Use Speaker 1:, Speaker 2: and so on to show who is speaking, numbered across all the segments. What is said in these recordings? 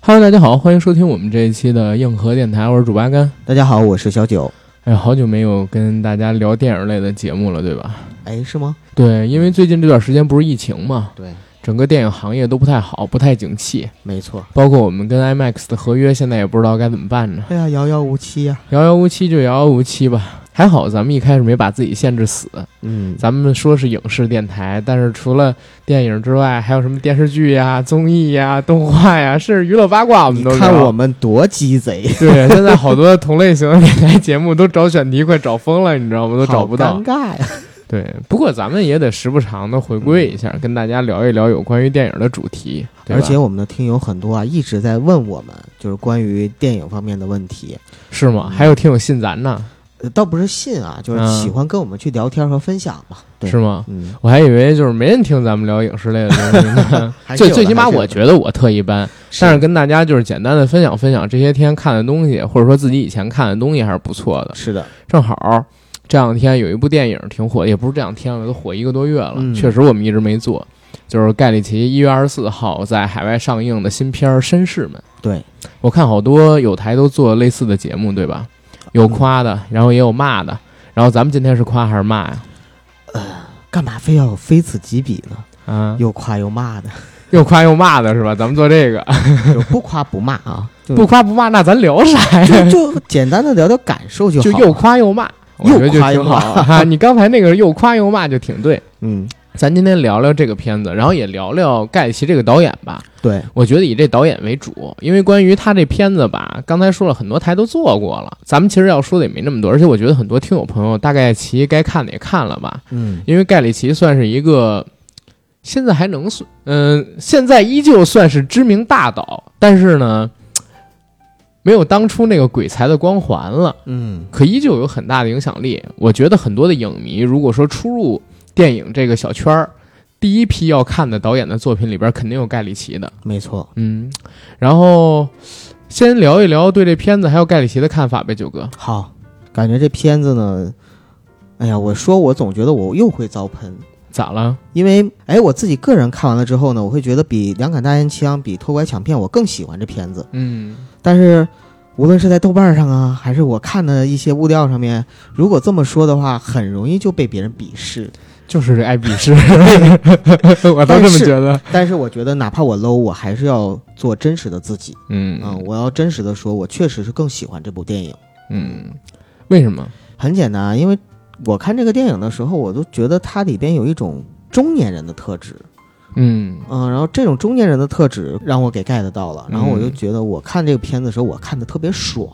Speaker 1: Hello，大家好，欢迎收听我们这一期的硬核电台，我是主八竿。
Speaker 2: 大家好，我是小九。
Speaker 1: 哎，好久没有跟大家聊电影类的节目了，对吧？
Speaker 2: 哎，是吗？
Speaker 1: 对，因为最近这段时间不是疫情嘛，
Speaker 2: 对，
Speaker 1: 整个电影行业都不太好，不太景气，
Speaker 2: 没错。
Speaker 1: 包括我们跟 IMAX 的合约，现在也不知道该怎么办呢，
Speaker 2: 哎呀，遥遥无期呀、
Speaker 1: 遥遥无期就遥遥无期吧。还好咱们一开始没把自己限制死，
Speaker 2: 嗯，
Speaker 1: 咱们说是影视电台，但是除了电影之外，还有什么电视剧呀、综艺呀、动画呀，甚至娱乐八卦，我们
Speaker 2: 你
Speaker 1: 都
Speaker 2: 看
Speaker 1: 聊
Speaker 2: 我们多鸡贼，
Speaker 1: 对，现在好多同类型的电台节目都找选题快找疯了，你知道 吗？都找不到
Speaker 2: 好尴。尬呀。
Speaker 1: 对，不过咱们也得时不常的回归一下，跟大家聊一聊有关于电影的主题。对吧
Speaker 2: 而且我们的听友很多啊，一直在问我们，就是关于电影方面的问题，
Speaker 1: 是
Speaker 2: 嗯
Speaker 1: 吗？还有听友信咱呢，
Speaker 2: 呃倒不是信啊，就是
Speaker 1: 嗯
Speaker 2: 喜欢跟我们去聊天和分享嘛。对
Speaker 1: 是吗？
Speaker 2: 嗯，
Speaker 1: 我还以为就是没人听咱们聊影视类的 东西呢
Speaker 2: 还。是
Speaker 1: 最
Speaker 2: 有的
Speaker 1: 最起码
Speaker 2: 还是有
Speaker 1: 我
Speaker 2: 的
Speaker 1: 觉得我特一般，但是跟大家就是简单的分享分享这些天看的东西，或者说自己以前看的东西还是不错的。
Speaker 2: 是的，
Speaker 1: 正好这两天有一部电影挺火的，也不是这两天了，都火一个多月了。
Speaker 2: 嗯
Speaker 1: 确实我们一直没做，就是盖里奇一月二十四号在海外上映的新片儿《绅士们》。
Speaker 2: 对，
Speaker 1: 我看好多有台都做类似的节目，对吧？
Speaker 2: 嗯
Speaker 1: 有夸的，然后也有骂的。然后咱们今天是夸还是骂呀？
Speaker 2: 干嘛非要非此即彼呢？
Speaker 1: 啊，
Speaker 2: 又夸又骂 的，
Speaker 1: 又夸又骂的是吧？咱们做这个
Speaker 2: 就不夸不骂啊，就
Speaker 1: 不夸不骂，那咱聊啥呀？
Speaker 2: 就就简单的聊聊感受就好
Speaker 1: 就
Speaker 2: 了。
Speaker 1: 又夸又骂，我觉得就
Speaker 2: 又夸
Speaker 1: 挺
Speaker 2: 又
Speaker 1: 好
Speaker 2: 骂
Speaker 1: 啊。你刚才那个又夸又骂就挺对。
Speaker 2: 嗯，
Speaker 1: 咱今天聊聊这个片子，然后也聊聊盖里奇这个导演吧。
Speaker 2: 对，
Speaker 1: 我觉得以这导演为主，因为关于他这片子吧，刚才说了很多台都做过了，咱们其实要说的也没那么多。而且我觉得很多听友朋友大概其该看的也看了吧，
Speaker 2: 嗯，
Speaker 1: 因为盖里奇算是一个现在还能算，嗯、现在依旧算是知名大导，但是呢，没有当初那个鬼才的光环了。
Speaker 2: 嗯，
Speaker 1: 可依旧有很大的影响力。我觉得很多的影迷，如果说初入电影这个小圈儿，第一批要看的导演的作品里边，肯定有盖里奇的。
Speaker 2: 没错。
Speaker 1: 嗯，然后先聊一聊对这片子还有盖里奇的看法呗，九哥。
Speaker 2: 好，感觉这片子呢，哎呀，我说我总觉得我又会遭喷，
Speaker 1: 咋了？
Speaker 2: 因为哎，我自己个人看完了之后呢，我会觉得比《两杆大烟枪》比《偷拐抢骗》我更喜欢这片子。
Speaker 1: 嗯，
Speaker 2: 但是无论是在豆瓣上啊，还是我看的一些物料上面，如果这么说的话，很容易就被别人鄙视。
Speaker 1: 就是这爱鄙视， 我都
Speaker 2: 但
Speaker 1: 这么
Speaker 2: 是
Speaker 1: 觉得。
Speaker 2: 但是我觉得，哪怕我 low，我还是要做真实的自己
Speaker 1: 嗯
Speaker 2: 啊、我要真实的说，我确实是更喜欢这部电影。
Speaker 1: 嗯，为什么？
Speaker 2: 很简单，啊因为我看这个电影的时候，我都觉得它里边有一种中年人的特质，
Speaker 1: 嗯
Speaker 2: 嗯，然后这种中年人的特质让我给 get 到了，然后我就
Speaker 1: 嗯
Speaker 2: 觉得我看这个片子的时候，我看的特别爽，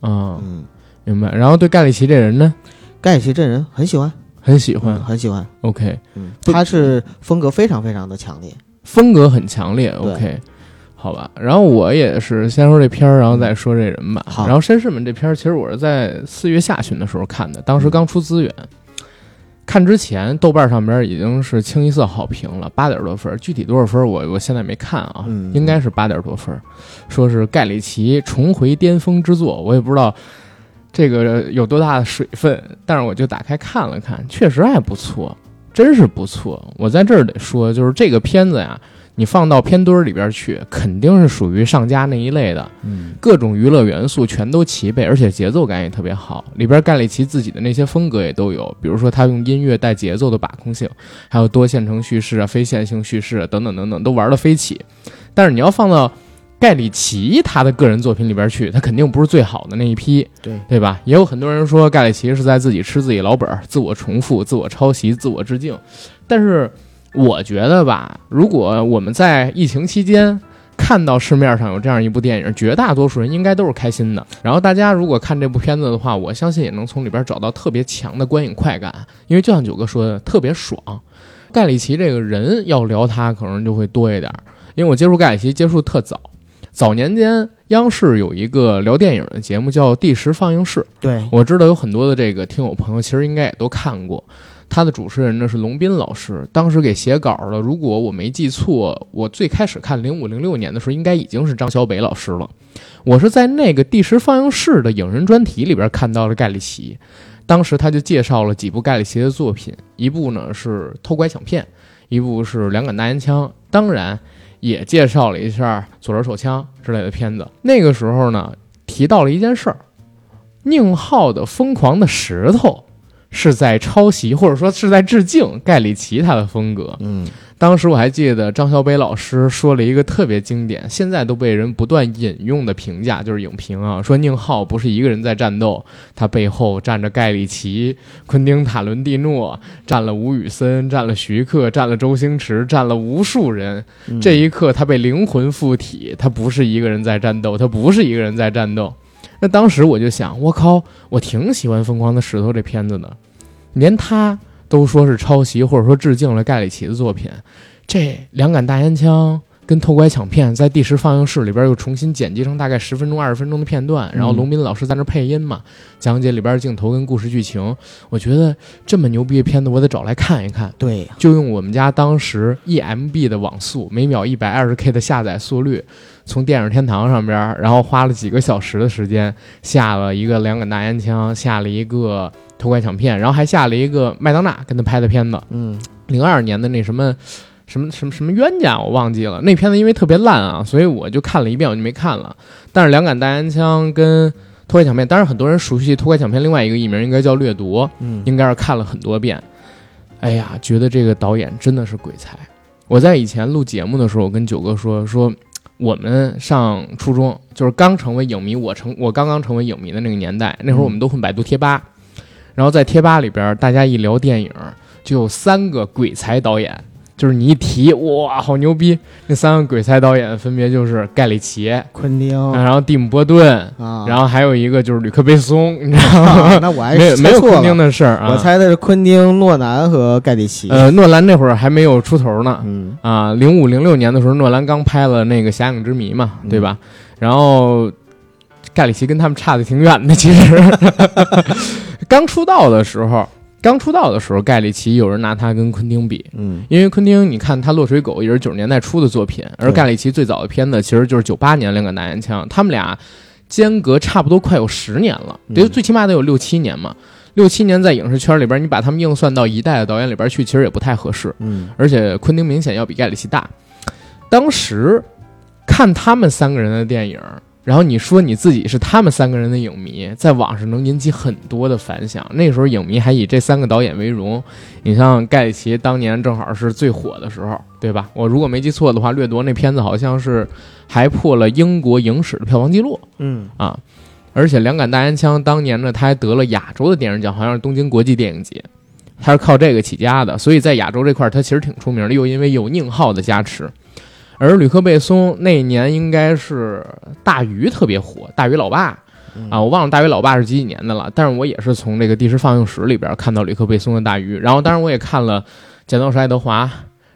Speaker 1: 啊、
Speaker 2: 嗯，
Speaker 1: 明白。然后对盖里奇这人呢，
Speaker 2: 盖里奇这人很喜欢，
Speaker 1: 很喜欢。
Speaker 2: 嗯，很喜欢，
Speaker 1: OK，
Speaker 2: 嗯，
Speaker 1: 不
Speaker 2: 他是风格非常非常的强烈，
Speaker 1: 风格很强烈。OK，好吧。然后我也是先说这片儿，然后再说这人吧。
Speaker 2: 好
Speaker 1: 然后《绅士们》这片儿，其实我是在四月下旬的时候看的，当时刚出资源。看之前，豆瓣上边已经是清一色好评了，八点多分儿。具体多少分儿我，我现在没看啊，
Speaker 2: 嗯
Speaker 1: 应该是八点多分儿。说是盖里奇重回巅峰之作，我也不知道这个有多大的水分，但是我就打开看了看，确实还不错，真是不错。我在这儿得说，就是这个片子呀，你放到片堆儿里边去，肯定是属于上佳那一类的，
Speaker 2: 嗯，
Speaker 1: 各种娱乐元素全都齐备，而且节奏感也特别好。里边盖里奇自己的那些风格也都有，比如说他用音乐带节奏的把控性，还有多线程叙事啊、非线性叙事啊等等等等，都玩得飞起。但是你要放到盖里奇他的个人作品里边去，他肯定不是最好的那一批，
Speaker 2: 对
Speaker 1: 对吧？也有很多人说盖里奇是在自己吃自己老本儿，自我重复、自我抄袭、自我致敬。但是我觉得吧，如果我们在疫情期间看到市面上有这样一部电影，绝大多数人应该都是开心的。然后大家如果看这部片子的话，我相信也能从里边找到特别强的观影快感，因为就像九哥说的，特别爽。盖里奇这个人要聊他，可能就会多一点儿，因为我接触盖里奇接触特早，早年间央视有一个聊电影的节目叫《第十放映室》，
Speaker 2: 对，
Speaker 1: 我知道有很多的这个听友朋友，其实应该也都看过。他的主持人呢是龙斌老师，当时给写稿的，如果我没记错，我最开始看零五零六年的时候，应该已经是张小北老师了。我是在那个第十放映室的影人专题里边看到了盖里奇，当时他就介绍了几部盖里奇的作品，一部呢是《偷拐抢骗》，一部是《两杆大烟枪》，当然也介绍了一下《左轮手枪》之类的片子。那个时候呢，提到了一件事儿：宁浩的《疯狂的石头》是在抄袭，或者说是在致敬盖里奇他的风格。
Speaker 2: 嗯，
Speaker 1: 当时我还记得张小北老师说了一个特别经典，现在都被人不断引用的评价，就是影评啊，说宁浩不是一个人在战斗，他背后站着盖里奇、昆汀·塔伦蒂诺，站了吴宇森，站了徐克，站了周星驰，站了无数人。
Speaker 2: 嗯
Speaker 1: 这一刻，他被灵魂附体，他不是一个人在战斗，他不是一个人在战斗。那当时我就想，我靠，我挺喜欢《疯狂的石头》这片子的，连他都说是抄袭或者说致敬了盖里奇的作品。这两杆大烟枪跟偷拐抢骗在第十放映室里边又重新剪辑成大概十分钟、二十分钟的片段，然后
Speaker 2: 嗯
Speaker 1: 龙斌老师在那配音嘛，讲解里边镜头跟故事剧情。我觉得这么牛逼的片子，我得找来看一看。
Speaker 2: 对，
Speaker 1: 就用我们家当时 EMB 的网速，每秒一百二十 K 的下载速率，从电影天堂上边儿，然后花了几个小时的时间，下了一个两杆大烟枪，下了一个偷拐抢骗，然后还下了一个麦当娜跟他拍的片子，
Speaker 2: 嗯
Speaker 1: 零二年的那什么。什么什么什么冤家我忘记了，那片子因为特别烂啊，所以我就看了一遍我就没看了。但是两杆大烟枪跟偷拐抢骗，当然很多人熟悉偷拐抢骗另外一个译名应该叫掠夺，
Speaker 2: 嗯
Speaker 1: 应该是看了很多遍。哎呀，觉得这个导演真的是鬼才。我在以前录节目的时候，我跟九哥说说，我们上初中就是刚成为影迷，我成我刚刚成为影迷的那个年代，那会
Speaker 2: 嗯
Speaker 1: 儿我们都混百度贴吧，然后在贴吧里边，大家一聊电影，就有三个鬼才导演，就是你一提哇，好牛逼！那三个鬼才导演分别就是盖里奇，
Speaker 2: 昆汀
Speaker 1: 然后蒂姆·波顿，
Speaker 2: 啊，
Speaker 1: 然
Speaker 2: 后
Speaker 1: 后还有一个就是吕克·贝松，你知道吗？
Speaker 2: 那我还
Speaker 1: 没有没
Speaker 2: 哎猜
Speaker 1: 有
Speaker 2: 错
Speaker 1: 昆汀
Speaker 2: 了，
Speaker 1: 的事儿啊，
Speaker 2: 我猜的是昆汀、诺南和盖里奇。
Speaker 1: 呃，诺兰那会儿还没有出头呢，
Speaker 2: 嗯
Speaker 1: 啊，零五零六年的时候，诺兰刚拍了那个《侠影之谜》嘛，对吧？然后盖里奇跟他们差的挺远的，其实 刚出道的时候，刚出道的时候，盖里奇有人拿他跟昆汀比。
Speaker 2: 嗯
Speaker 1: 因为昆汀，你看他《落水狗》也是九十年代初的作品，而
Speaker 2: 对
Speaker 1: 盖里奇最早的片子其实就是九八年《两个男人枪》，他们俩间隔差不多快有十年了，得
Speaker 2: 嗯
Speaker 1: 最起码得有六七年嘛。六七年在影视圈里边，你把他们硬算到一代的导演里边去，其实也不太合适。
Speaker 2: 嗯
Speaker 1: 而且昆汀明显要比盖里奇大。当时看他们三个人的电影，然后你说你自己是他们三个人的影迷，在网上能引起很多的反响。那时候影迷还以这三个导演为荣。你像盖里奇当年正好是最火的时候，对吧？我如果没记错的话，《掠夺》那片子好像是还破了英国影史的票房记录。
Speaker 2: 嗯
Speaker 1: 啊。而且《两杆大烟枪》当年呢，他还得了亚洲的电影奖，好像是东京国际电影节，他是靠这个起家的，所以在亚洲这块儿他其实挺出名的，又因为有宁浩的加持。而吕克·贝松那一年应该是《大鱼》特别火，《大鱼老爸》啊，我忘了《大鱼老爸》是几几年的了，但是我也是从这个第十放映室里边看到吕克·贝松的《大鱼》，然后当然我也看了《剪刀手爱德华》，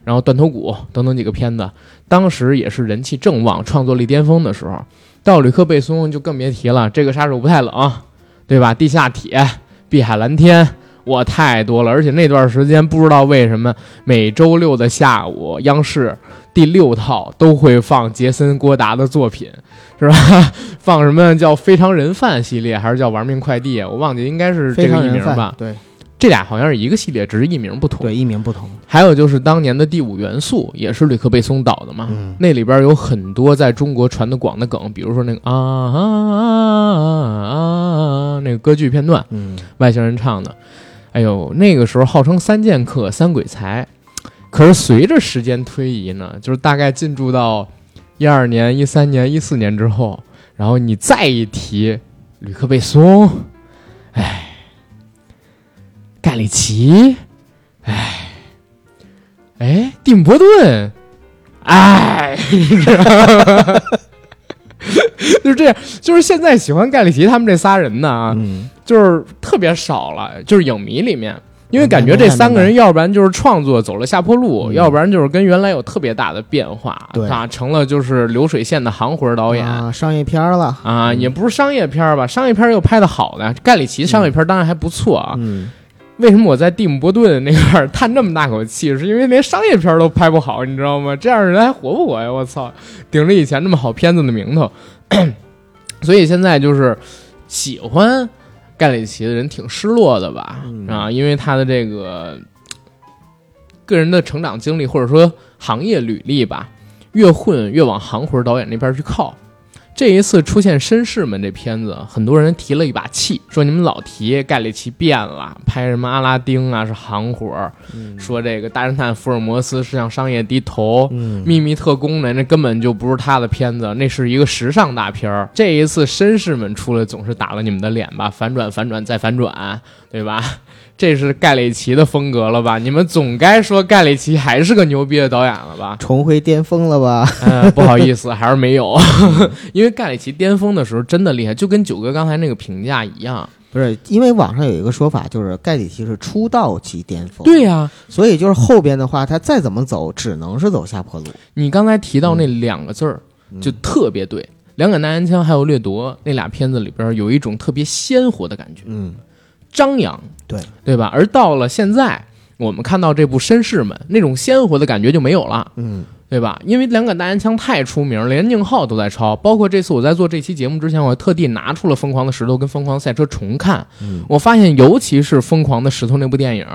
Speaker 1: 然后《断头谷》等等几个片子，当时也是人气正旺、创作力巅峰的时候。到吕克贝松就更别提了，这个杀手不太冷，对吧？地下铁、碧海蓝天，我太多了。而且那段时间不知道为什么，每周六的下午，央视第六套都会放杰森·郭达的作品，是吧？ 放什么叫《非常人贩》系列，还是叫《玩命快递》？啊我忘记，应该是这
Speaker 2: 非
Speaker 1: 个
Speaker 2: 常
Speaker 1: 译
Speaker 2: 人
Speaker 1: 名
Speaker 2: 贩
Speaker 1: 吧？
Speaker 2: 对
Speaker 1: 这俩好像是一个系列，只是译名不同。
Speaker 2: 对，一名不同。
Speaker 1: 还有就是当年的《第五元素》也是吕克贝松导的嘛，
Speaker 2: 嗯
Speaker 1: 那里边有很多在中国传的广的梗，比如说那个啊啊啊啊啊那个歌剧片段，
Speaker 2: 嗯
Speaker 1: 外星人唱的。哎呦，那个时候号称三剑客、三鬼才，可是随着时间推移呢，就是大概进驻到一二年、一三年、一四年之后，然后你再一提吕克贝松，哎，盖里奇，哎，哎，蒂姆伯顿，哎， 你知道吗？就是这样，就是现在喜欢盖里奇他们这仨人呢啊，
Speaker 2: 嗯
Speaker 1: 就是特别少了，就是影迷里面，因为感觉这三个人，要不然就是创作走了下坡路，
Speaker 2: 嗯
Speaker 1: 要不然就是跟原来有特别大的变化，
Speaker 2: 对
Speaker 1: 啊，成了就是流水线的行活导演。
Speaker 2: 啊，商业片儿了。
Speaker 1: 啊，也不是商业片儿吧，商业片儿又拍的好的，盖里奇商业片儿当然还不错啊。
Speaker 2: 嗯，
Speaker 1: 为什么我在蒂姆·伯顿那块儿叹那么大口气？是因为连商业片儿都拍不好，你知道吗？这样人还活不活呀？我操， 顶着以前那么好片子的名头， 所以现在就是喜欢盖里奇的人挺失落的吧？
Speaker 2: 嗯
Speaker 1: 啊，因为他的这个个人的成长经历或者说行业履历吧，越混越往行活导演那边去靠。这一次出现《绅士们》这片子，很多人提了一把气，说你们老提盖里奇变了，拍什么阿拉丁啊是行活儿，
Speaker 2: 嗯
Speaker 1: 说这个大侦探福尔摩斯是向商业低头，
Speaker 2: 嗯
Speaker 1: 秘密特工呢那根本就不是他的片子，那是一个时尚大片儿。这一次绅士们出来总是打了你们的脸吧，反转反转再反转，对吧？这是盖里奇的风格了吧？你们总该说盖里奇还是个牛逼的导演了吧？
Speaker 2: 重回巅峰了吧？
Speaker 1: 呃，不好意思，还是没有，
Speaker 2: 嗯
Speaker 1: 因为盖里奇巅峰的时候真的厉害，就跟九哥刚才那个评价一样。
Speaker 2: 不是，因为网上有一个说法，就是盖里奇是出道即巅峰，
Speaker 1: 对、呀、
Speaker 2: 所以就是后边的话，他再怎么走，只能是走下坡路。
Speaker 1: 你刚才提到那两个字儿，
Speaker 2: 嗯
Speaker 1: 就特别对。两杆大烟枪还有掠夺那俩片子里边有一种特别鲜活的感觉，
Speaker 2: 嗯，
Speaker 1: 张扬，
Speaker 2: 对
Speaker 1: 对吧？而到了现在，我们看到这部《绅士们》，那种鲜活的感觉就没有了，
Speaker 2: 嗯，
Speaker 1: 对吧？因为两杆大烟枪太出名了，连宁浩都在抄。包括这次我在做这期节目之前，我还特地拿出了《疯狂的石头》跟《疯狂的赛车》重看，
Speaker 2: 嗯
Speaker 1: 我发现尤其是《疯狂的石头》那部电影，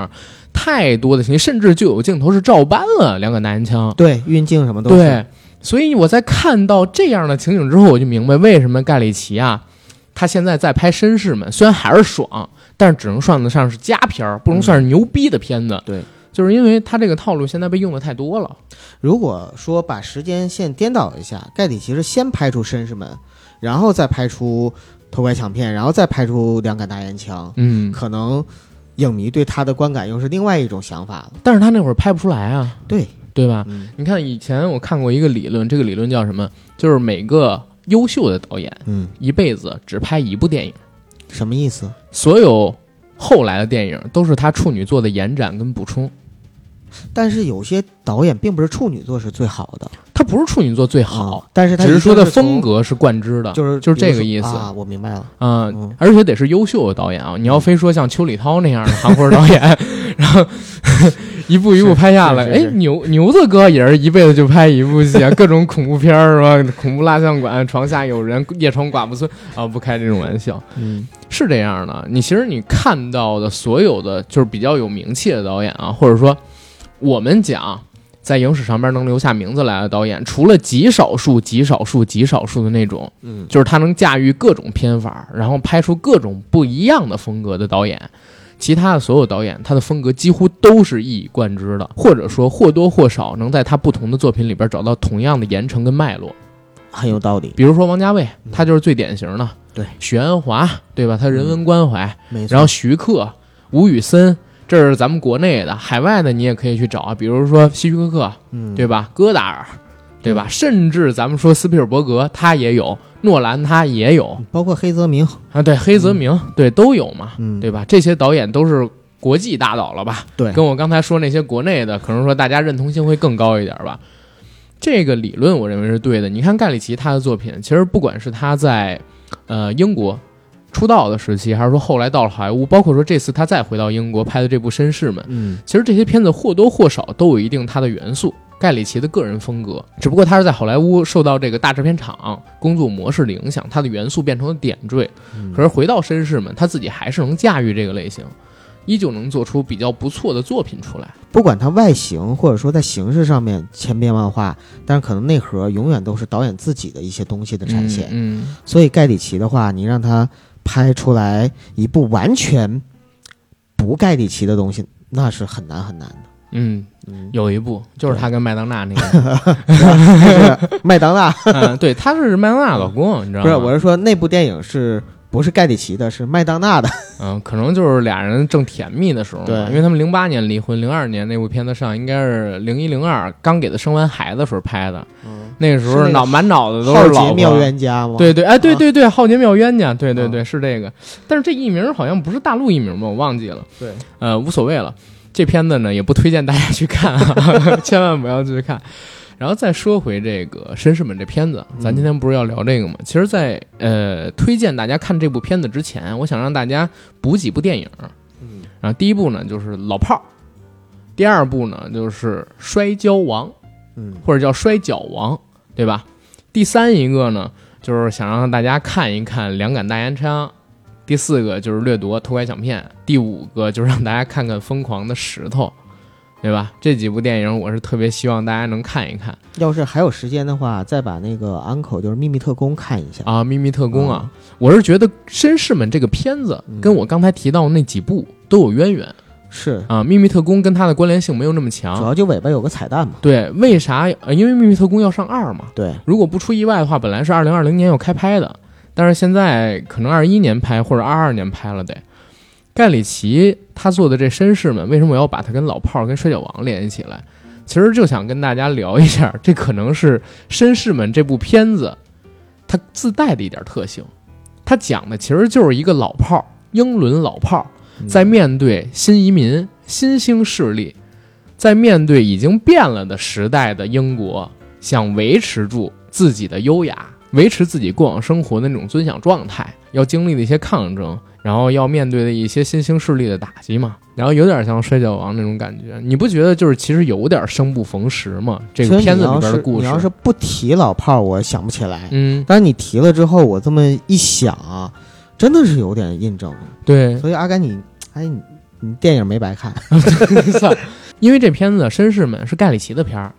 Speaker 1: 太多的情节，甚至就有镜头是照搬了两杆大烟枪。
Speaker 2: 对，运镜什么都是，
Speaker 1: 对，所以我在看到这样的情景之后，我就明白为什么盖里奇啊，他现在在拍《绅士们》，虽然还是爽，但是只能算得上是佳片儿，不能算是牛逼的片子。
Speaker 2: 对，
Speaker 1: 就是因为他这个套路现在被用的太多了。
Speaker 2: 如果说把时间线颠倒一下，盖里奇是先拍出《绅士们》，然后再拍出《偷拐抢骗》，然后再拍出《两杆大烟枪》
Speaker 1: 嗯，
Speaker 2: 可能影迷对他的观感又是另外一种想法了。
Speaker 1: 但是他那会儿拍不出来啊，
Speaker 2: 对，
Speaker 1: 对吧？
Speaker 2: 嗯
Speaker 1: 你看以前我看过一个理论，这个理论叫什么？就是每个优秀的导演
Speaker 2: 嗯，
Speaker 1: 一辈子只拍一部电影，
Speaker 2: 什么意思？
Speaker 1: 所有后来的电影都是他处女作的延展跟补充。
Speaker 2: 但是有些导演并不是处女座是最好的，
Speaker 1: 他不是处女作最好，
Speaker 2: 啊但是他
Speaker 1: 只是说的
Speaker 2: 一定从
Speaker 1: 风格是贯之的，
Speaker 2: 就是
Speaker 1: 就是这个
Speaker 2: 比如说
Speaker 1: 意思。
Speaker 2: 啊，我明白了。
Speaker 1: 嗯，
Speaker 2: 嗯
Speaker 1: 而且得是优秀的导演啊！你要非说像邱礼涛那样的韩国导演， 然后一步一步拍下来，
Speaker 2: 是是
Speaker 1: 哎
Speaker 2: 是，
Speaker 1: 牛牛子哥也是一辈子就拍一部戏啊，各种恐怖片儿是吧？恐怖蜡像馆、床下有人、夜闯寡妇村啊，不开这种玩笑。
Speaker 2: 嗯
Speaker 1: 是这样的，你其实你看到的所有的就是比较有名气的导演啊，或者说我们讲在影史上边能留下名字来的导演，除了极少数、极少数、极少数的那种，
Speaker 2: 嗯，
Speaker 1: 就是他能驾驭各种偏法，然后拍出各种不一样的风格的导演，其他的所有导演他的风格几乎都是一以贯之的，或者说或多或少能在他不同的作品里边找到同样的严惩跟脉络。
Speaker 2: 很有道理，
Speaker 1: 比如说王家卫，他就是最典型的。
Speaker 2: 嗯对，
Speaker 1: 许鞍华，对吧？他人文关怀，
Speaker 2: 没错。
Speaker 1: 然后徐克、吴宇森，这是咱们国内的，海外的你也可以去找啊，比如说希区柯克，
Speaker 2: 嗯，
Speaker 1: 对吧？戈达尔，对吧？甚至咱们说斯皮尔伯格，他也有；诺兰他也有
Speaker 2: 包括黑泽明，
Speaker 1: 啊，对，黑泽明，对，都有嘛，
Speaker 2: 嗯，
Speaker 1: 对吧？这些导演都是国际大导了吧？
Speaker 2: 对
Speaker 1: 跟我刚才说那些国内的，可能说大家认同性会更高一点吧。这个理论我认为是对的。你看盖里奇他的作品，其实不管是他在呃英国出道的时期，还是说后来到了好莱坞，包括说这次他再回到英国拍的这部《绅士们》，
Speaker 2: 嗯
Speaker 1: 其实这些片子或多或少都有一定他的元素。盖里奇的个人风格，只不过他是在好莱坞受到这个大制片厂工作模式的影响，他的元素变成了点缀。
Speaker 2: 嗯
Speaker 1: 可是回到绅士们，他自己还是能驾驭这个类型，依旧能做出比较不错的作品出来。
Speaker 2: 不管它外形或者说在形式上面千变万化，但是可能内核永远都是导演自己的一些东西的展现。
Speaker 1: 嗯，嗯
Speaker 2: 所以盖里奇的话，你让他拍出来一部完全不盖里奇的东西，那是很难很难 的。
Speaker 1: 嗯，
Speaker 2: 嗯，
Speaker 1: 有一部就是他跟麦当娜那个，
Speaker 2: 就是麦当娜
Speaker 1: 嗯，对，他是麦当娜老公，你知道
Speaker 2: 不
Speaker 1: 吗？
Speaker 2: 是，我是说那部电影是不是盖里奇的？是麦当娜的。
Speaker 1: 嗯，可能就是俩人正甜蜜的时候嘛，
Speaker 2: 对
Speaker 1: 因为他们零八年离婚，零二年那部片子上应该是零一零二刚给他生完孩子的时候拍的，
Speaker 2: 嗯，
Speaker 1: 那个时
Speaker 2: 是那
Speaker 1: 候
Speaker 2: 个
Speaker 1: 脑满脑子都
Speaker 2: 浩
Speaker 1: 是
Speaker 2: 劫
Speaker 1: 老
Speaker 2: 妙
Speaker 1: 婆。
Speaker 2: 冤家吗？，
Speaker 1: 对对，哎，对对对，浩劫妙冤家，对对对，是这个。但是这艺名好像不是大陆艺名吧？我忘记了。
Speaker 2: 对，
Speaker 1: 呃，无所谓了。这片子呢，也不推荐大家去看、啊， 千万不要去看。然后再说回这个《绅士们》这片子，咱今天不是要聊这个吗？其实在，呃推荐大家看这部片子之前，我想让大家补几部电影。
Speaker 2: 嗯，
Speaker 1: 然后第一部呢就是《老炮儿》，第二部呢就是《摔跤王》，
Speaker 2: 嗯，
Speaker 1: 或者叫《摔跤王》，对吧？第三一个呢就是想让大家看一看《两杆大烟枪》，第四个就是掠夺、偷拐抢骗，第五个就是让大家看看《疯狂的石头》，对吧？这几部电影我是特别希望大家能看一看
Speaker 2: 要是还有时间的话，再把那个《Uncle》就是《秘密特工》看一下。
Speaker 1: 啊，《秘密特工》啊，我是觉得《绅士们》这个片子
Speaker 2: 嗯
Speaker 1: 跟我刚才提到那几部都有渊源
Speaker 2: 是，
Speaker 1: 啊，《秘密特工》跟它的关联性没有那么
Speaker 2: 主
Speaker 1: 强。
Speaker 2: 要就尾巴有个彩蛋嘛。
Speaker 1: 对，为啥？呃，因为《秘密特工》要上二嘛，
Speaker 2: 对，
Speaker 1: 如果不出意外的话，本来是二零二零年要开拍的，但是现在可能二一年拍或者二二年拍了得。盖里奇他做的这绅士们，为什么我要把他跟老炮儿、跟摔跤王联系起来？其实就想跟大家聊一下， 这可能是绅士们这部片子它自带的一点特性。它讲的其实就是一个老炮儿，英伦老炮儿，
Speaker 2: 嗯
Speaker 1: 在面对新移民、新兴势力，在面对已经变了的时代的英国，想维持住自己的优雅，维持自己过往生活的那种尊享状态，要经历的一些抗争，然后要面对的一些新兴势力的打击嘛，然后有点像摔跤王那种感觉，你不觉得就是其实有点生不逢时吗？这个
Speaker 2: 其实
Speaker 1: 片
Speaker 2: 你
Speaker 1: 子里
Speaker 2: 要
Speaker 1: 边的
Speaker 2: 是
Speaker 1: 故
Speaker 2: 你要
Speaker 1: 事
Speaker 2: 是，不提老炮儿，我想不起来。
Speaker 1: 嗯，
Speaker 2: 但是你提了之后，我这么一想啊，真的是有点印证。
Speaker 1: 对，
Speaker 2: 所以阿甘你，哎你你电影没白看。
Speaker 1: 因为这片子《绅士们》是盖里奇的片儿，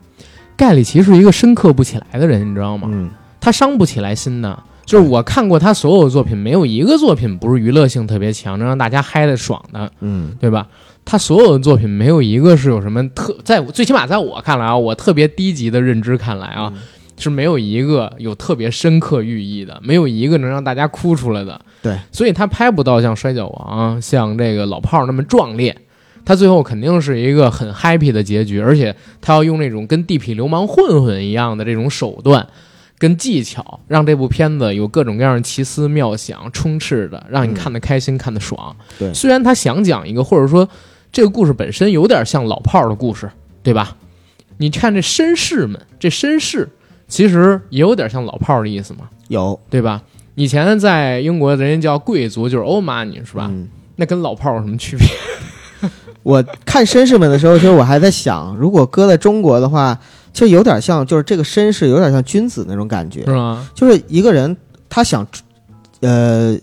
Speaker 1: 盖里奇是一个深刻不起来的人，你知道吗？
Speaker 2: 嗯，
Speaker 1: 他伤不起来心的。就是我看过他所有作品，没有一个作品不是娱乐性特别强，能让大家嗨的爽的，
Speaker 2: 嗯，
Speaker 1: 对吧？他所有的作品没有一个是有什么特，在我最起码在我看来啊，我特别低级的认知看来啊，
Speaker 2: 嗯
Speaker 1: 是没有一个有特别深刻寓意的，没有一个能让大家哭出来的。
Speaker 2: 对，
Speaker 1: 所以他拍不到像摔跤王、像这个老炮儿那么壮烈。他最后肯定是一个很 happy 的结局，而且他要用那种跟地痞流氓混混一样的这种手段跟技巧，让这部片子有各种各样的奇思妙想充斥着，让你
Speaker 2: 嗯
Speaker 1: 看得开心，看得爽。
Speaker 2: 对
Speaker 1: 虽然他想讲一个，或者说这个故事本身有点像老炮儿的故事，对吧？你看这绅士们，这绅士其实也有点像老炮儿的意思嘛，
Speaker 2: 有
Speaker 1: 对吧？以前在英国，人家叫贵族，就是欧玛尼，是
Speaker 2: 是
Speaker 1: 吧？
Speaker 2: 嗯
Speaker 1: 那跟老炮儿有什么区别？
Speaker 2: 我看绅士们的时候，其实我还在想，如果搁在中国的话，其实有点像，就是这个绅士有点像君子那种感觉，
Speaker 1: 是吗？
Speaker 2: 就是一个人他想，呃，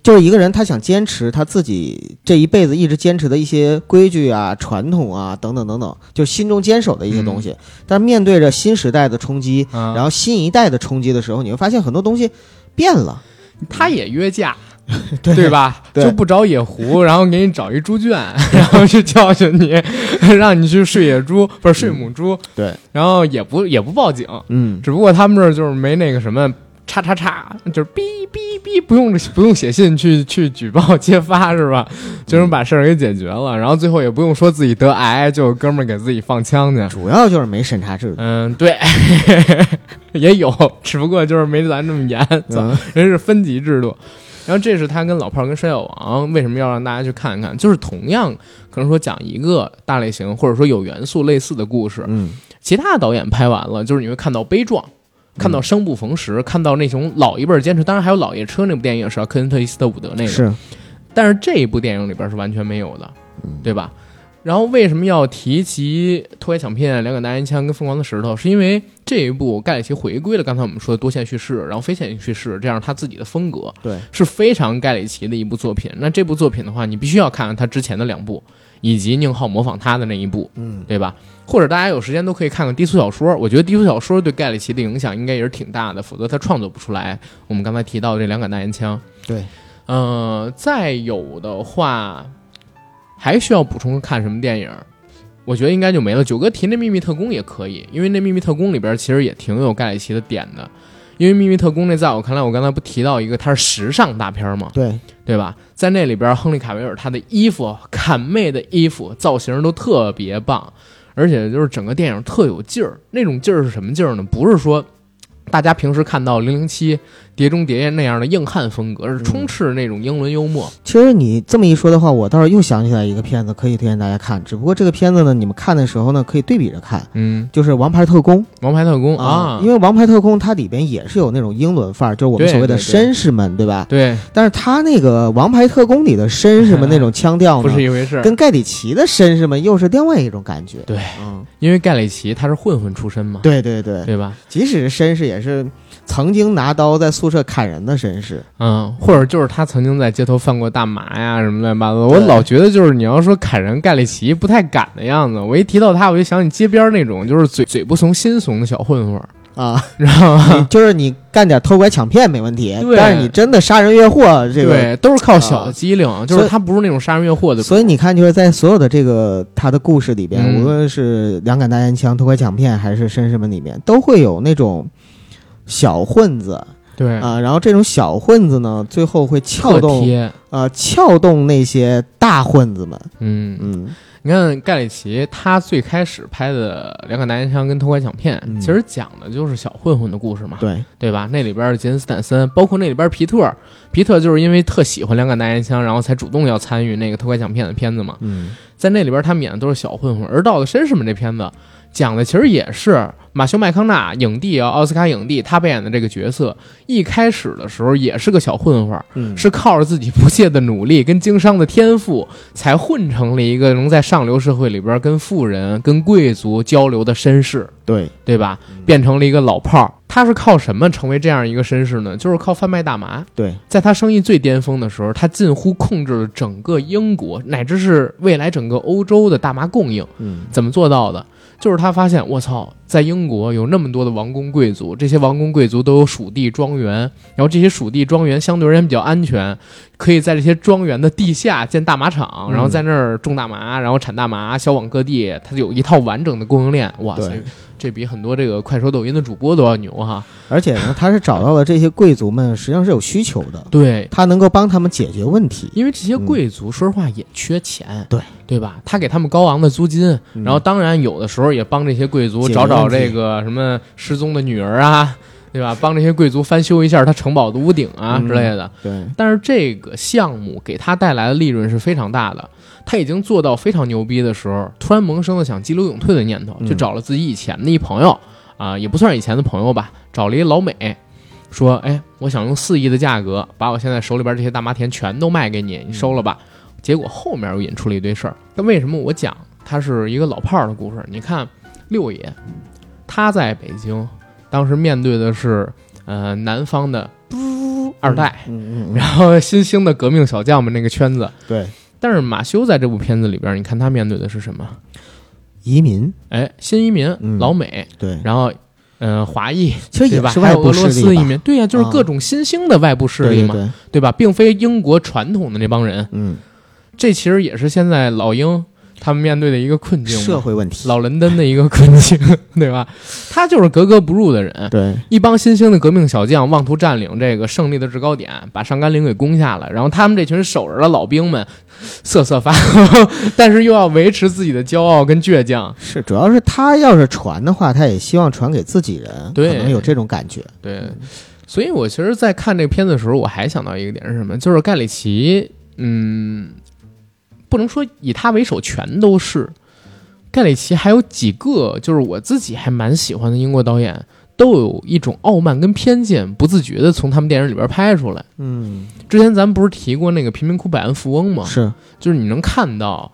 Speaker 2: 就是一个人他想坚持他自己这一辈子一直坚持的一些规矩啊、传统啊等等等等，就是心中坚守的一些东西。
Speaker 1: 嗯
Speaker 2: 但是面对着新时代的冲击，
Speaker 1: 啊
Speaker 2: 然后新一代的冲击的时候，你会发现很多东西变了，
Speaker 1: 他也约架，
Speaker 2: 对
Speaker 1: 对？吧？
Speaker 2: 对
Speaker 1: 就不找野狐， 然后给你找一猪圈， 然后去教训你， 让你去睡野猪，不是睡母猪。
Speaker 2: 嗯对，
Speaker 1: 然后也不也不报警，
Speaker 2: 嗯，
Speaker 1: 只不过他们这儿就是没那个什么。叉叉叉，就是哔哔哔，不用不用写信去去举报揭发是吧？就能把事儿给解决了，然后最后也不用说自己得癌，就有哥们儿给自己放枪去。
Speaker 2: 主要就是没审查制度。
Speaker 1: 嗯，对， 也有，只不过就是没咱这么严，咱
Speaker 2: 嗯
Speaker 1: 人是分级制度。然后这是他跟老炮儿跟摔跤王为什么要让大家去看看，就是同样可能说讲一个大类型或者说有元素类似的故事，
Speaker 2: 嗯，
Speaker 1: 其他的导演拍完了，就是你会看到悲壮，看到生不逢时，看到那种老一辈儿坚持，当然还有《老爷车》那部电影是吧克林特·伊斯特伍德那个，嗯
Speaker 2: 是，
Speaker 1: 但是这一部电影里边是完全没有的，对吧？然后为什么要提及《偷拐抢骗》《两杆大烟枪》跟《疯狂的石头》？是因为这一部盖里奇回归了刚才我们说的多线叙事，然后非线性叙事，这样他自己的风格
Speaker 2: 对，
Speaker 1: 是非常盖里奇的一部作品。那这部作品的话，你必须要看看他之前的两部，以及宁浩模仿他的那一部，
Speaker 2: 嗯，
Speaker 1: 对吧？或者大家有时间都可以看看低俗小说，我觉得低俗小说对盖里奇的影响应该也是挺大的，否则他创作不出来我们刚才提到的这两杆大烟枪。
Speaker 2: 对，
Speaker 1: 呃，再有的话，还需要补充看什么电影？我觉得应该就没了。九哥提那《秘密特工》也可以，因为那《秘密特工》里边其实也挺有盖里奇的点的。因为《秘密特工》那在我看来，我刚才不提到一个，它是时尚大片嘛，
Speaker 2: 对，
Speaker 1: 对吧？在那里边，亨利·卡维尔他的衣服，侃妹的衣服造型都特别棒，而且就是整个电影特有劲儿。那种劲儿是什么劲儿呢？不是说大家平时看到《零零七》《碟中谍》那样的硬汉风格，而是充斥那种英伦幽默。
Speaker 2: 其实你这么一说的话，我倒是又想起来一个片子可以推荐大家看，只不过这个片子呢，你们看的时候呢，可以对比着看，
Speaker 1: 嗯，
Speaker 2: 就是《王牌特工》
Speaker 1: 王牌特工啊，
Speaker 2: 因为《王牌特工》它里边也是有那种英伦范儿，就是我们
Speaker 1: 对
Speaker 2: 所谓的
Speaker 1: 对对
Speaker 2: 绅士们，对吧？
Speaker 1: 对，
Speaker 2: 但是他那个《王牌特工》里的绅士们那种腔调 呢，
Speaker 1: 不是一回事儿。
Speaker 2: 跟盖里奇的绅士们又是另外一种感觉。
Speaker 1: 对，
Speaker 2: 嗯，
Speaker 1: 因为盖里奇他是混混出身嘛，
Speaker 2: 对对对，
Speaker 1: 对吧？
Speaker 2: 即使是绅士也也是曾经拿刀在宿舍砍人的绅士。
Speaker 1: 嗯，或者就是他曾经在街头贩过大麻呀什么乱七八糟的。我
Speaker 2: 对
Speaker 1: 老觉得就是你要说砍人盖里奇不太敢的样子，我一提到他我就想起街边那种就是嘴嘴不怂心怂的小混混儿，
Speaker 2: 啊，
Speaker 1: 知道吗？
Speaker 2: 你就是你干点偷拐抢骗没问题
Speaker 1: 对，
Speaker 2: 但是你真的杀人越货，这个，
Speaker 1: 对，都是靠小机灵，就
Speaker 2: 所
Speaker 1: 是
Speaker 2: 以
Speaker 1: 他不是那种杀人越货的。
Speaker 2: 所以你看，就是在所有的这个他的故事里边，
Speaker 1: 嗯
Speaker 2: 无论是两杆大烟枪、偷拐抢骗，还是绅士们里面，都会有那种小混子
Speaker 1: 对，
Speaker 2: 啊、然后这种小混子呢，最后会撬
Speaker 1: 特
Speaker 2: 动
Speaker 1: 贴。
Speaker 2: 啊，撬动那些大混子们。
Speaker 1: 嗯，
Speaker 2: 嗯，
Speaker 1: 你看盖里奇他最开始拍的《两个男人枪》跟《偷拐抢骗》，
Speaker 2: 嗯
Speaker 1: 其实讲的就是小混混的故事嘛，
Speaker 2: 对，
Speaker 1: 对吧？那里边的杰森斯坦森，包括那里边皮特，皮特就是因为特喜欢《两个男人枪》，然后才主动要参与那个偷拐抢骗的片子嘛。
Speaker 2: 嗯，
Speaker 1: 在那里边他们演的都是小混混，而到了《绅士们》这片子，讲的其实也是马修麦康纳影帝啊，奥斯卡影帝，他扮演的这个角色，一开始的时候也是个小混混，
Speaker 2: 嗯
Speaker 1: 是靠着自己不懈的努力跟经商的天赋，才混成了一个能在上流社会里边跟富人、跟贵族交流的绅士，
Speaker 2: 对，
Speaker 1: 对吧？
Speaker 2: 嗯
Speaker 1: 变成了一个老炮儿。他是靠什么成为这样一个绅士呢？就是靠贩卖大麻。
Speaker 2: 对，
Speaker 1: 在他生意最巅峰的时候，他近乎控制了整个英国，乃至是未来整个欧洲的大麻供应。
Speaker 2: 嗯，
Speaker 1: 怎么做到的？就是他发现，我操，在英国有那么多的王公贵族，这些王公贵族都有属地庄园，然后这些属地庄园相对而言比较安全，可以在这些庄园的地下建大麻厂，
Speaker 2: 嗯
Speaker 1: 然后在那儿种大麻，然后产大麻，销往各地，它有一套完整的供应链。哇塞
Speaker 2: 对，
Speaker 1: 这比很多这个快手、抖音的主播都要牛哈！
Speaker 2: 而且呢，他是找到了这些贵族们，实际上是有需求的，
Speaker 1: 对，
Speaker 2: 他能够帮他们解决问题。
Speaker 1: 因为这些贵族，说实话也缺钱，
Speaker 2: 嗯对
Speaker 1: 对吧？他给他们高昂的租金，
Speaker 2: 嗯
Speaker 1: 然后当然有的时候也帮这些贵族
Speaker 2: 解决
Speaker 1: 找找
Speaker 2: 问题
Speaker 1: 这个什么失踪的女儿啊，对吧？帮这些贵族翻修一下他城堡的屋顶啊
Speaker 2: 嗯
Speaker 1: 之类的。
Speaker 2: 对，
Speaker 1: 但是这个项目给他带来的利润是非常大的。他已经做到非常牛逼的时候，突然萌生了想激流勇退的念头，
Speaker 2: 嗯
Speaker 1: 就找了自己以前的一朋友啊、也不算是以前的朋友吧，找了一老美，说：“哎，我想用四亿的价格把我现在手里边这些大麻田全都卖给你，你收了吧。
Speaker 2: 嗯
Speaker 1: 结果后面又引出了一堆事儿。但为什么我讲它是一个老炮儿的故事？你看六爷，他在北京当时面对的是呃南方的嘟二代，
Speaker 2: 嗯嗯嗯，
Speaker 1: 然后呃新兴的革命小将们那个圈子。
Speaker 2: 对，
Speaker 1: 但是马修在这部片子里边，你看他面对的是什么？
Speaker 2: 移民，
Speaker 1: 哎，新移民、
Speaker 2: 嗯
Speaker 1: 老美，
Speaker 2: 对，
Speaker 1: 然后嗯、呃华裔，
Speaker 2: 其
Speaker 1: 对
Speaker 2: 实也
Speaker 1: 吧？
Speaker 2: 是
Speaker 1: 还
Speaker 2: 外
Speaker 1: 有俄
Speaker 2: 部
Speaker 1: 罗
Speaker 2: 势
Speaker 1: 斯
Speaker 2: 力
Speaker 1: 移
Speaker 2: 吧，
Speaker 1: 民，对呀、就是
Speaker 2: 啊
Speaker 1: 各种新兴的外部势
Speaker 2: 对
Speaker 1: 力
Speaker 2: 对
Speaker 1: 嘛，
Speaker 2: 对，
Speaker 1: 对吧？并非英国传统的那帮人，
Speaker 2: 嗯，
Speaker 1: 这其实也是现在老英他们面对的一个困境嘛，
Speaker 2: 社会问题，
Speaker 1: 老伦敦的一个困境， 对吧？他就是格格不入的人，
Speaker 2: 对，
Speaker 1: 一帮新兴的革命小将妄图占领这个胜利的制高点，把上甘岭给攻下了。然后他们这群守着的老兵们瑟瑟发抖，但是又要维持自己的骄傲跟倔强。
Speaker 2: 是，主要是他要是传的话，他也希望传给自己人，
Speaker 1: 对
Speaker 2: 可能有这种感觉。
Speaker 1: 对，所以我其实，在看这个片子的时候，我还想到一个点是什么？就是盖里奇，嗯，不能说以他为首全都是。盖里奇还有几个，就是我自己还蛮喜欢的英国导演，都有一种傲慢跟偏见，不自觉的从他们电影里边拍出来。
Speaker 2: 嗯，
Speaker 1: 之前咱们不是提过那个贫民窟百万富翁吗？
Speaker 2: 是，
Speaker 1: 就是你能看到，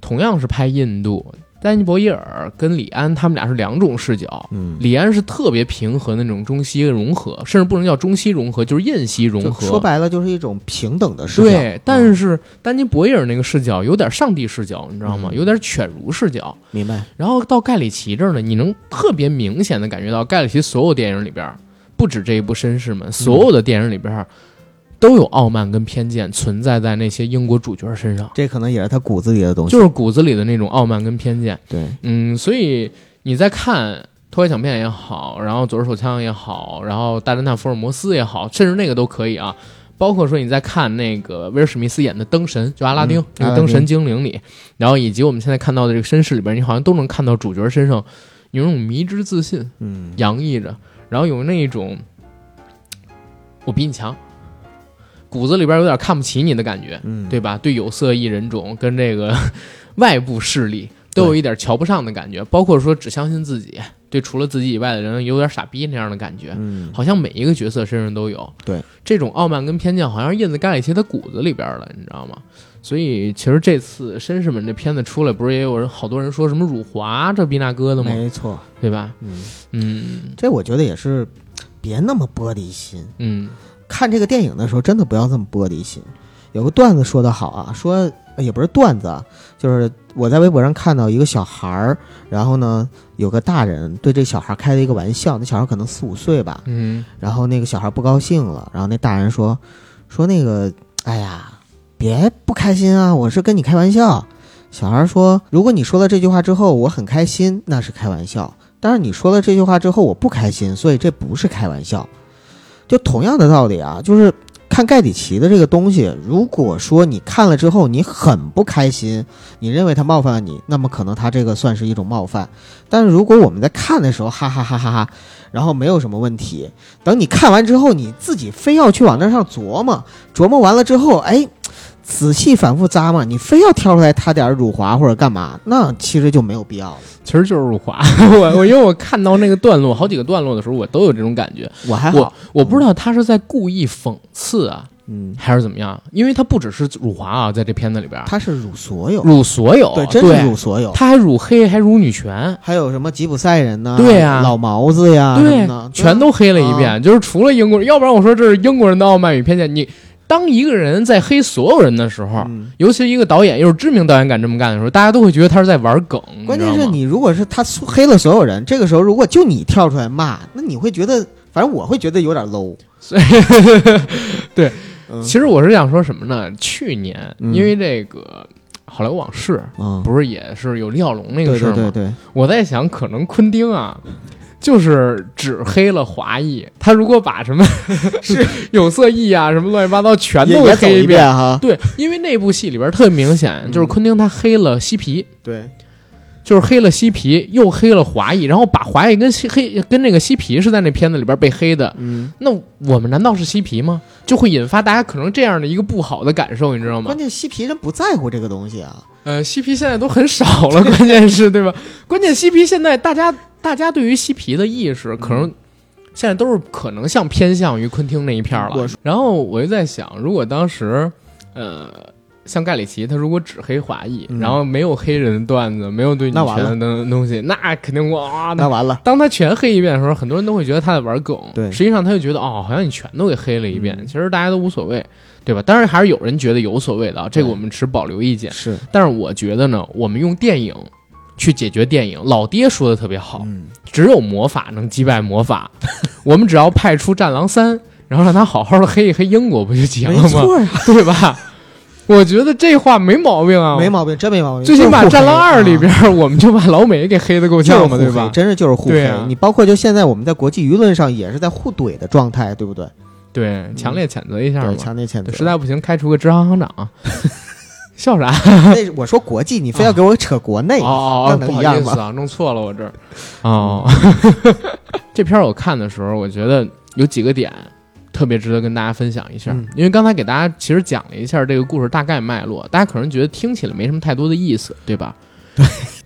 Speaker 1: 同样是拍印度，丹尼博耶尔跟李安他们俩是两种视角。
Speaker 2: 嗯，
Speaker 1: 李安是特别平和那种中西融合，甚至不能叫中西融合，就是印西融
Speaker 2: 就
Speaker 1: 合。
Speaker 2: 说白了就是一种平等的视角。
Speaker 1: 对
Speaker 2: 嗯，
Speaker 1: 但是丹尼博耶尔那个视角有点上帝视角，你知道吗？
Speaker 2: 嗯
Speaker 1: 有点犬儒视角。
Speaker 2: 明白，
Speaker 1: 然后到盖里奇这儿呢，你能特别明显的感觉到，盖里奇所有电影里边儿，不止这一部《绅士们》，所有的电影里边儿都有傲慢跟偏见存在在那些英国主角身上，
Speaker 2: 这可能也是他骨子里的东西。
Speaker 1: 就是骨子里的那种傲慢跟偏见。
Speaker 2: 对，
Speaker 1: 嗯，所以你在看《偷拐抢骗》也好，然后《左手手枪》也好，然后《大侦探福尔摩斯》也好，甚至那个都可以啊。包括说你在看那个威尔史密斯演的《灯神》，就阿拉丁、
Speaker 2: 嗯
Speaker 1: 那
Speaker 2: 阿
Speaker 1: 个
Speaker 2: 拉
Speaker 1: 灯神
Speaker 2: 丁
Speaker 1: 精灵里，然后以及我们现在看到的这个绅士里边，你好像都能看到主角身上有那种迷之自信
Speaker 2: 嗯，
Speaker 1: 洋溢着，然后有那一种我比你强，骨子里边有点看不起你的感觉。
Speaker 2: 嗯，
Speaker 1: 对吧？对有色艺人种跟这个 外部势力都有一点瞧不上的感觉，包括说只相信自己，对除了自己以外的人有点傻逼那样的感觉，
Speaker 2: 嗯，
Speaker 1: 好像每一个角色身上都有。
Speaker 2: 对，
Speaker 1: 这种傲慢跟偏见好像印在盖里奇的骨子里边了，你知道吗？所以其实这次《绅士们》这片子出来，不是也有人好多人说什么辱华这逼那哥的吗？
Speaker 2: 没错，
Speaker 1: 对吧？
Speaker 2: 嗯，
Speaker 1: 嗯，
Speaker 2: 这我觉得也是别那么玻璃心。
Speaker 1: 嗯
Speaker 2: 看这个电影的时候，真的不要这么玻璃心。有个段子说得好啊，说呃也不是段子啊，就是我在微博上看到一个小孩儿，然后呢有个大人对这小孩开了一个玩笑，那小孩可能四五岁吧，
Speaker 1: 嗯
Speaker 2: 然后那个小孩不高兴了，然后那大人说说那个，哎呀，别不开心啊，我是跟你开玩笑。小孩说，如果你说了这句话之后我很开心，那是开玩笑；但是你说了这句话之后我不开心，所以这不是开玩笑。就同样的道理啊，就是看盖里奇的这个东西，如果说你看了之后你很不开心，你认为他冒犯了你，那么可能他这个算是一种冒犯。但是如果我们在看的时候，哈哈哈哈哈，然后没有什么问题，等你看完之后，你自己非要去往那上琢磨，琢磨完了之后，哎，仔细反复咂摸，你非要挑出来它点儿辱华或者干嘛，那其实就没有必要了。
Speaker 1: 其实就是辱华。 我我因为我看到那个段落，好几个段落的时候，我都有这种感觉。
Speaker 2: 我还
Speaker 1: 我
Speaker 2: 好，
Speaker 1: 我不知道他是在故意讽刺啊，
Speaker 2: 嗯，
Speaker 1: 还是怎么样？因为他不只是辱华啊，在这片子里边儿
Speaker 2: 它是辱所有，
Speaker 1: 辱所有，啊
Speaker 2: 对，真是辱所有。啊
Speaker 1: 他还辱黑，还辱女权，
Speaker 2: 还有什么吉普赛人呐、
Speaker 1: 对呀
Speaker 2: 老毛子呀，什么
Speaker 1: 对
Speaker 2: 的，，
Speaker 1: 全都黑了一遍。
Speaker 2: 啊
Speaker 1: 就是除了英国人，要不然我说这是英国人的傲慢与偏见。你当一个人在黑所有人的时候，
Speaker 2: 嗯。
Speaker 1: 尤其一个导演又是知名导演敢这么干的时候，大家都会觉得他是在玩梗。
Speaker 2: 关键
Speaker 1: 知
Speaker 2: 是
Speaker 1: 道吗
Speaker 2: 你如果是他黑了所有人，这个时候如果就你跳出来骂，那你会觉得，反正我会觉得有点 low。
Speaker 1: 所以 对
Speaker 2: 嗯，
Speaker 1: 其实我是想说什么呢？去年
Speaker 2: 嗯
Speaker 1: 因为这个《好莱坞往事》
Speaker 2: 嗯，
Speaker 1: 不是也是有李小龙那
Speaker 2: 对
Speaker 1: 个事儿
Speaker 2: 对
Speaker 1: 吗？
Speaker 2: 对对，
Speaker 1: 我在想，可能昆汀啊，就是只黑了华裔，他如果把什 么
Speaker 2: 是
Speaker 1: 有色裔啊、什么乱七八糟全
Speaker 2: 也
Speaker 1: 都
Speaker 2: 也走
Speaker 1: 黑
Speaker 2: 一遍嗯哈。
Speaker 1: 对，因为那部戏里边特别明显，就是昆汀他黑了嬉皮，
Speaker 2: 对，
Speaker 1: 就是黑了嬉皮，又黑了华裔，然后把华裔跟嬉黑跟那个嬉皮是在那片子里边被黑的。
Speaker 2: 嗯，
Speaker 1: 那我们难道是嬉皮吗？就会引发大家可能这样的一个不好的感受，你知道吗
Speaker 2: 嗯关？键嬉皮人不在乎这个东西啊。
Speaker 1: 呃，嬉皮现在都很少了， 关键是对吧？关键嬉皮现在大家大家对于嬉皮的意识，可
Speaker 2: 嗯
Speaker 1: 能现在都是可能向偏向于昆汀那一片儿
Speaker 2: 我
Speaker 1: 了。然后我就在想，如果当时，呃，像盖里奇他如果只黑华裔，
Speaker 2: 嗯
Speaker 1: 然后没有黑人的段子，没有对女
Speaker 2: 那完
Speaker 1: 权的东西，那肯定哇，
Speaker 2: 那完了，
Speaker 1: 当他全黑一遍的时候，很多人都会觉得他在玩梗。
Speaker 2: 对
Speaker 1: 实际上他就觉得哦，好像你全都给黑了一遍，
Speaker 2: 嗯
Speaker 1: 其实大家都无所谓，对吧？当然还是有人觉得有所谓的啊，这个我们持保留意见。
Speaker 2: 是，
Speaker 1: 但是我觉得呢，我们用电影去解决电影，老爹说的特别好，
Speaker 2: 嗯，
Speaker 1: 只有魔法能击败魔法。 我们只要派出战狼三，然后让他好好的黑一黑英国，不就行了
Speaker 2: 没
Speaker 1: 吗？
Speaker 2: 错呀，
Speaker 1: 对吧？我觉得这话没毛病啊，
Speaker 2: 没毛病，真没毛病。
Speaker 1: 最起码《
Speaker 2: 就是互黑
Speaker 1: 战狼二》里边， 我们就把老美给黑的够
Speaker 2: 啊就是
Speaker 1: 呛
Speaker 2: 互
Speaker 1: 嘛，
Speaker 2: 黑
Speaker 1: 对吧？
Speaker 2: 真是就是互
Speaker 1: 对
Speaker 2: 黑
Speaker 1: 啊。
Speaker 2: 你包括就现在我们在国际舆论上也是在互怼的状态，对不对？
Speaker 1: 对，强烈谴责一下嘛
Speaker 2: 对，。强烈谴责。
Speaker 1: 对实在不行，开除个支行行长啊。 笑啥？
Speaker 2: 那我说国际，你非要给我扯国内
Speaker 1: 哦，哦，
Speaker 2: 哎那
Speaker 1: 哦，啊
Speaker 2: 能
Speaker 1: 不好
Speaker 2: 一样
Speaker 1: 意
Speaker 2: 吗
Speaker 1: 思啊，弄错了我这儿。哦， 这片儿我看的时候，我觉得有几个点特别值得跟大家分享一下
Speaker 2: 嗯，
Speaker 1: 因为刚才给大家其实讲了一下这个故事大概脉络，大家可能觉得听起来没什么太多的意思，对吧？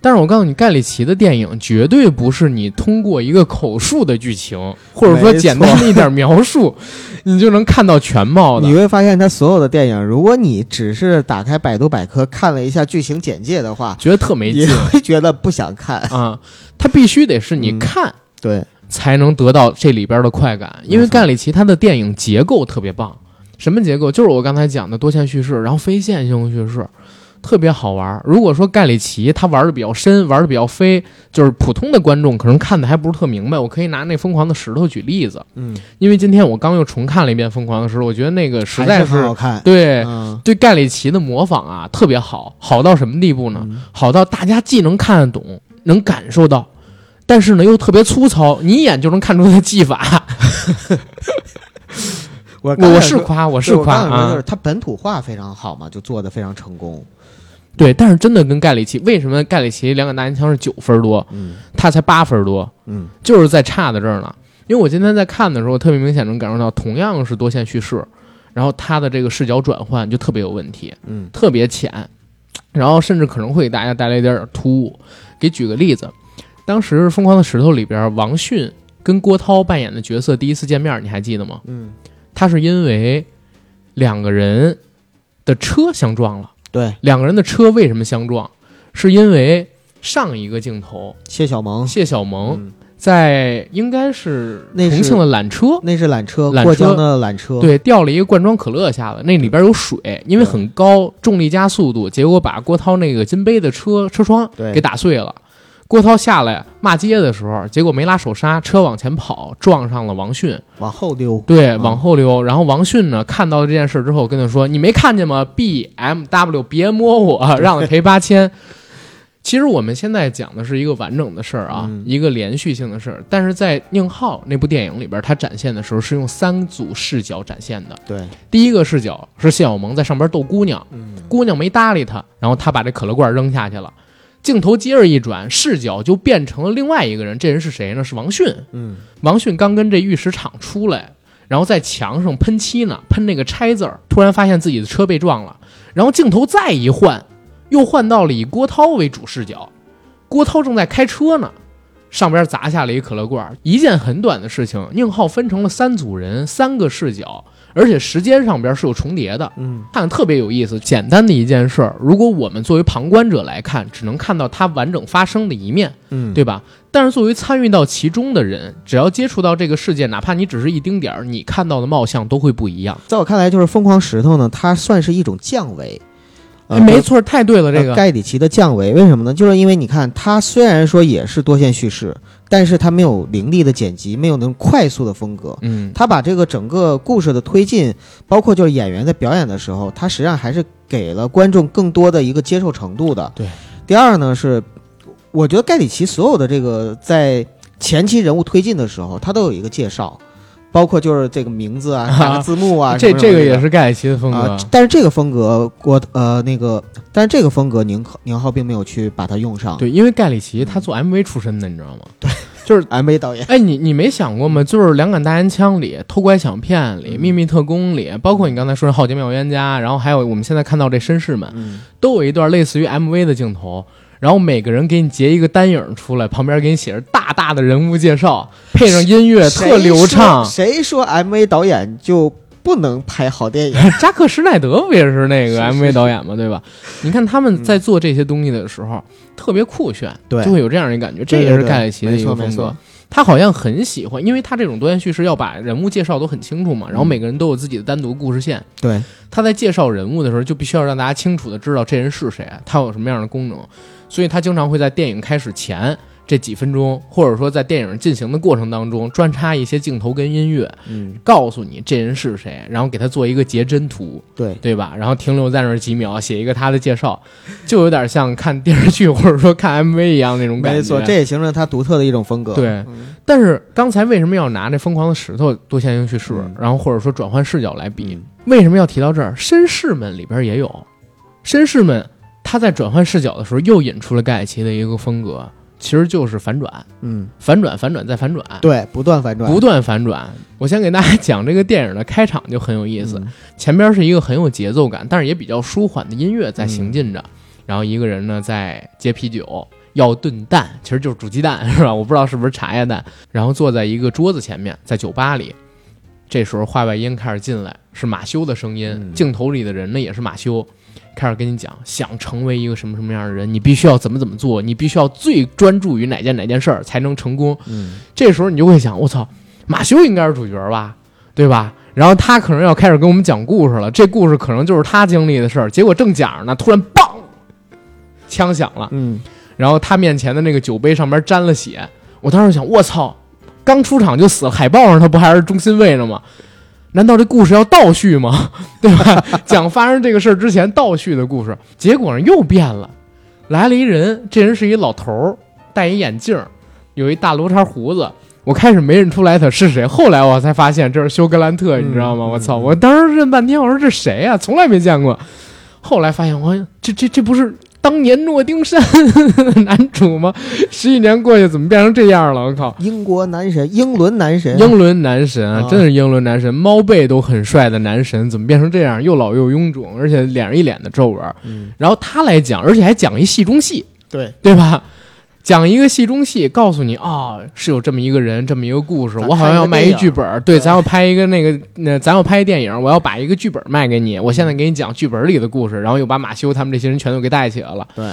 Speaker 1: 但是我告诉你，盖里奇的电影绝对不是你通过一个口述的剧情，或者说
Speaker 2: 没错
Speaker 1: 简单的一点描 述，你就能看到全貌的
Speaker 2: 你。会发现他所有的电影，如果你只是打开百度百科看了一下剧情简介的话，
Speaker 1: 觉得特没
Speaker 2: 你
Speaker 1: 劲
Speaker 2: 会觉得不想看。
Speaker 1: 啊！它必须得是你
Speaker 2: 嗯
Speaker 1: 看
Speaker 2: 对，
Speaker 1: 才能得到这里边的快感，因为
Speaker 2: 没错
Speaker 1: 盖里奇他的电影结构特别棒。什么结构？就是我刚才讲的多线叙事，然后非线性叙事，特别好玩儿。如果说盖里奇他玩的比较深，玩的比较飞，就是普通的观众可能看的还不是特明白。我可以拿那《疯狂的石头》举例子，
Speaker 2: 嗯，
Speaker 1: 因为今天我刚又重看了一遍《疯狂的石头》，我觉得那个实在
Speaker 2: 还
Speaker 1: 是
Speaker 2: 很好看。
Speaker 1: 对、
Speaker 2: 嗯，
Speaker 1: 对盖里奇的模仿啊特别好，好到什么地步呢？
Speaker 2: 嗯
Speaker 1: 好到大家既能看得懂，能感受到，但是呢又特别粗糙，你一眼就能看出他的技法。我
Speaker 2: 我啊刚
Speaker 1: 我
Speaker 2: 才
Speaker 1: 是
Speaker 2: 说
Speaker 1: 夸，我
Speaker 2: 我
Speaker 1: 是夸
Speaker 2: 刚才说就
Speaker 1: 啊
Speaker 2: 是，他本土化非常好嘛，就做的非常成功。
Speaker 1: 对，但是真的跟盖里奇，为什么盖里奇《两杆大烟枪》是九分多，
Speaker 2: 嗯
Speaker 1: 他才八分多，
Speaker 2: 嗯
Speaker 1: 就是在差的这儿呢？因为我今天在看的时候，特别明显能感受到，同样是多线叙事，然后他的这个视角转换就特别有问题。
Speaker 2: 嗯
Speaker 1: 特别浅，然后甚至可能会给大家带来一点点突兀。给举个例子，当时《疯狂的石头》里边，王迅跟郭涛扮演的角色第一次见面，你还记得吗？
Speaker 2: 嗯，
Speaker 1: 他是因为两个人的车相撞了。
Speaker 2: 对，
Speaker 1: 两个人的车为什么相撞？是因为上一个镜头
Speaker 2: 谢小萌，
Speaker 1: 谢小萌
Speaker 2: 嗯
Speaker 1: 在应该是
Speaker 2: 那是
Speaker 1: 重庆的缆车，
Speaker 2: 那是缆车，
Speaker 1: 缆
Speaker 2: 过江
Speaker 1: 车
Speaker 2: 的缆车，
Speaker 1: 对，掉了一个罐装可乐下来，那里边有水，因为很高，重力加速度，结果把郭涛那个金杯的车车窗
Speaker 2: 对
Speaker 1: 给打碎了。郭涛下来骂街的时候，结果没拉手刹，车往前跑，撞上了王迅，
Speaker 2: 往后溜，
Speaker 1: 对，往后溜。然后王迅呢，看到了这件事之后，跟他说：“你没看见吗？B M W，别摸我，让你赔八千。”其实我们现在讲的是一个完整的事儿啊，
Speaker 2: 嗯
Speaker 1: 一个连续性的事儿。但是在《宁浩》那部电影里边，它展现的时候是用三组视角展现的。
Speaker 2: 对，
Speaker 1: 第一个视角是谢小萌在上边逗姑娘，
Speaker 2: 嗯，
Speaker 1: 姑娘没搭理他，然后他把这可乐罐扔下去了。镜头接着一转，视角就变成了另外一个人，这人是谁呢？是王迅。
Speaker 2: 嗯，
Speaker 1: 王迅刚跟这玉石厂出来，然后在墙上喷漆呢，喷那个拆字儿，突然发现自己的车被撞了，然后镜头再一换，又换到了以郭涛为主视角，郭涛正在开车呢。上边砸下了一可乐罐儿，一件很短的事情，宁浩分成了三组人，三个视角，而且时间上边是有重叠的，
Speaker 2: 嗯，
Speaker 1: 看着特别有意思。简单的一件事儿，如果我们作为旁观者来看，只能看到它完整发生的一面，
Speaker 2: 嗯，
Speaker 1: 对吧？但是作为参与到其中的人，只要接触到这个事件，哪怕你只是一丁点儿，你看到的貌相都会不一样。
Speaker 2: 在我看来，就是疯狂石头呢，它算是一种降维，呃
Speaker 1: 哎，没
Speaker 2: 和
Speaker 1: 错，太对了，这
Speaker 2: 呃
Speaker 1: 个
Speaker 2: 盖里奇的降维，为什么呢？就是因为你看，它虽然说也是多线叙事，但是它没有凌厉的剪辑，没有那种快速的风格。
Speaker 1: 嗯，
Speaker 2: 它把这个整个故事的推进，包括就是演员在表演的时候，它实际上还是给了观众更多的一个接受程度的。
Speaker 1: 对。
Speaker 2: 第二呢是，我觉得盖里奇所有的这个在前期人物推进的时候，他都有一个介绍，包括就是这个名字啊、 打个字幕啊，
Speaker 1: 这
Speaker 2: 什么什
Speaker 1: 这
Speaker 2: 么
Speaker 1: 个
Speaker 2: 的
Speaker 1: 也是盖里奇的风格
Speaker 2: 啊，。但是这个风格，我呃那个，但是这个风格宁浩宁浩并没有去把它用上。
Speaker 1: 对，因为盖里奇他做 MV 出身的，你知道吗？对，就是。
Speaker 2: ，MV 导演，
Speaker 1: 哎，你你没想过吗？就是《两杆大烟枪》里，《偷拐抢骗》里，《
Speaker 2: 嗯
Speaker 1: 秘密特工》里，包括你刚才说的《浩劫妙冤家》，然后还有我们现在看到这《绅士们》，
Speaker 2: 嗯，
Speaker 1: 都有一段类似于 MV 的镜头，然后每个人给你截一个单影出来，旁边给你写着大大的人物介绍，配上音乐特流畅。
Speaker 2: 谁说 MV 导演就不能拍好电影？
Speaker 1: 扎克施耐德不也是那个
Speaker 2: 是是
Speaker 1: MV 导演吗？对吧？你看他们在做这些东西的时
Speaker 2: 嗯
Speaker 1: 候，特别酷炫，
Speaker 2: 对
Speaker 1: 就会有这样的感觉。这
Speaker 2: 对
Speaker 1: 也是
Speaker 2: 对
Speaker 1: 盖里奇的一个
Speaker 2: 没错
Speaker 1: 风
Speaker 2: 没
Speaker 1: 格
Speaker 2: 错。
Speaker 1: 他好像很喜欢，因为他这种多元叙事要把人物介绍都很清楚嘛，
Speaker 2: 嗯
Speaker 1: 然后每个人都有自己的单独故事线。
Speaker 2: 对，
Speaker 1: 他在介绍人物的时候，就必须要让大家清楚的知道这人是谁，他有什么样的功能，所以他经常会在电影开始前这几分钟，或者说在电影进行的过程当中，穿插一些镜头跟音乐，
Speaker 2: 嗯，
Speaker 1: 告诉你这人是谁，然后给他做一个截帧图，
Speaker 2: 对，
Speaker 1: 对吧？然后停留在那儿几秒，写一个他的介绍，就有点像看电视剧或者说看 MV 一样那种感觉。
Speaker 2: 没错，这也形成了他独特的一种风格。
Speaker 1: 对，但是刚才为什么要拿这疯狂的石头多线性叙事，
Speaker 2: 嗯
Speaker 1: 然后或者说转换视角来比？
Speaker 2: 嗯
Speaker 1: 为什么要提到这儿？绅士们里边也有，绅士们他在转换视角的时候又引出了盖里奇的一个风格，其实就是反转，
Speaker 2: 嗯，
Speaker 1: 反转，反转再反转，
Speaker 2: 对，不断反转，
Speaker 1: 不断反转。我先给大家讲这个电影的开场就很有意思，
Speaker 2: 嗯
Speaker 1: 前边是一个很有节奏感，但是也比较舒缓的音乐在行进
Speaker 2: 嗯
Speaker 1: 着，然后一个人呢在接啤酒。要炖蛋，其实就是煮鸡蛋，是吧？我不知道是不是茶叶蛋。然后坐在一个桌子前面，在酒吧里。这时候话外音开始进来，是马修的声音，
Speaker 2: 嗯
Speaker 1: 镜头里的人呢也是马修，开始跟你讲，想成为一个什么什么样的人，你必须要怎么怎么做，你必须要最专注于哪件哪件事儿才能成功。
Speaker 2: 嗯，
Speaker 1: 这时候你就会想，我操，马修应该是主角吧，对吧？然后他可能要开始跟我们讲故事了，这故事可能就是他经历的事儿。结果正讲着呢，突然嘣，枪响了，
Speaker 2: 嗯，
Speaker 1: 然后他面前的那个酒杯上面沾了血。我当时想，我操，刚出场就死了，海报上他不还是中心位呢吗？难道这故事要倒叙吗？ 对吧？讲发生这个事儿之前倒叙的故事，结果呢又变了，来了一人，这人是一老头儿，戴一眼镜儿，有一大罗叉胡子。我开始没认出来他是谁，后来我才发现这是休格兰特，
Speaker 2: 嗯
Speaker 1: 你知道吗？
Speaker 2: 嗯
Speaker 1: 我操！我当时认半天，我说这谁呀、从来没见过。后来发现，我这这这不是当年诺丁山男主吗？十几年过去，怎么变成这样了？我靠！
Speaker 2: 英国男神，英伦男神，
Speaker 1: 英伦男神啊
Speaker 2: 啊，
Speaker 1: 真是英伦男神，猫背都很帅的男神，怎么变成这样？又老又臃肿，而且脸上一脸的皱纹。
Speaker 2: 嗯，
Speaker 1: 然后他来讲，而且还讲一戏中戏，
Speaker 2: 对，
Speaker 1: 对吧？讲一个戏中戏，告诉你啊、是有这么一个人，这么一个故事，
Speaker 2: 咱
Speaker 1: 我好像要卖
Speaker 2: 拍一
Speaker 1: 一
Speaker 2: 个啊
Speaker 1: 剧本儿，对，
Speaker 2: 对
Speaker 1: 咱要拍一个那个，那咱要拍一电影，我要把一个剧本卖给你，我现在给你讲剧本里的故事，然后又把马修他们这些人全都给带起来了。
Speaker 2: 对，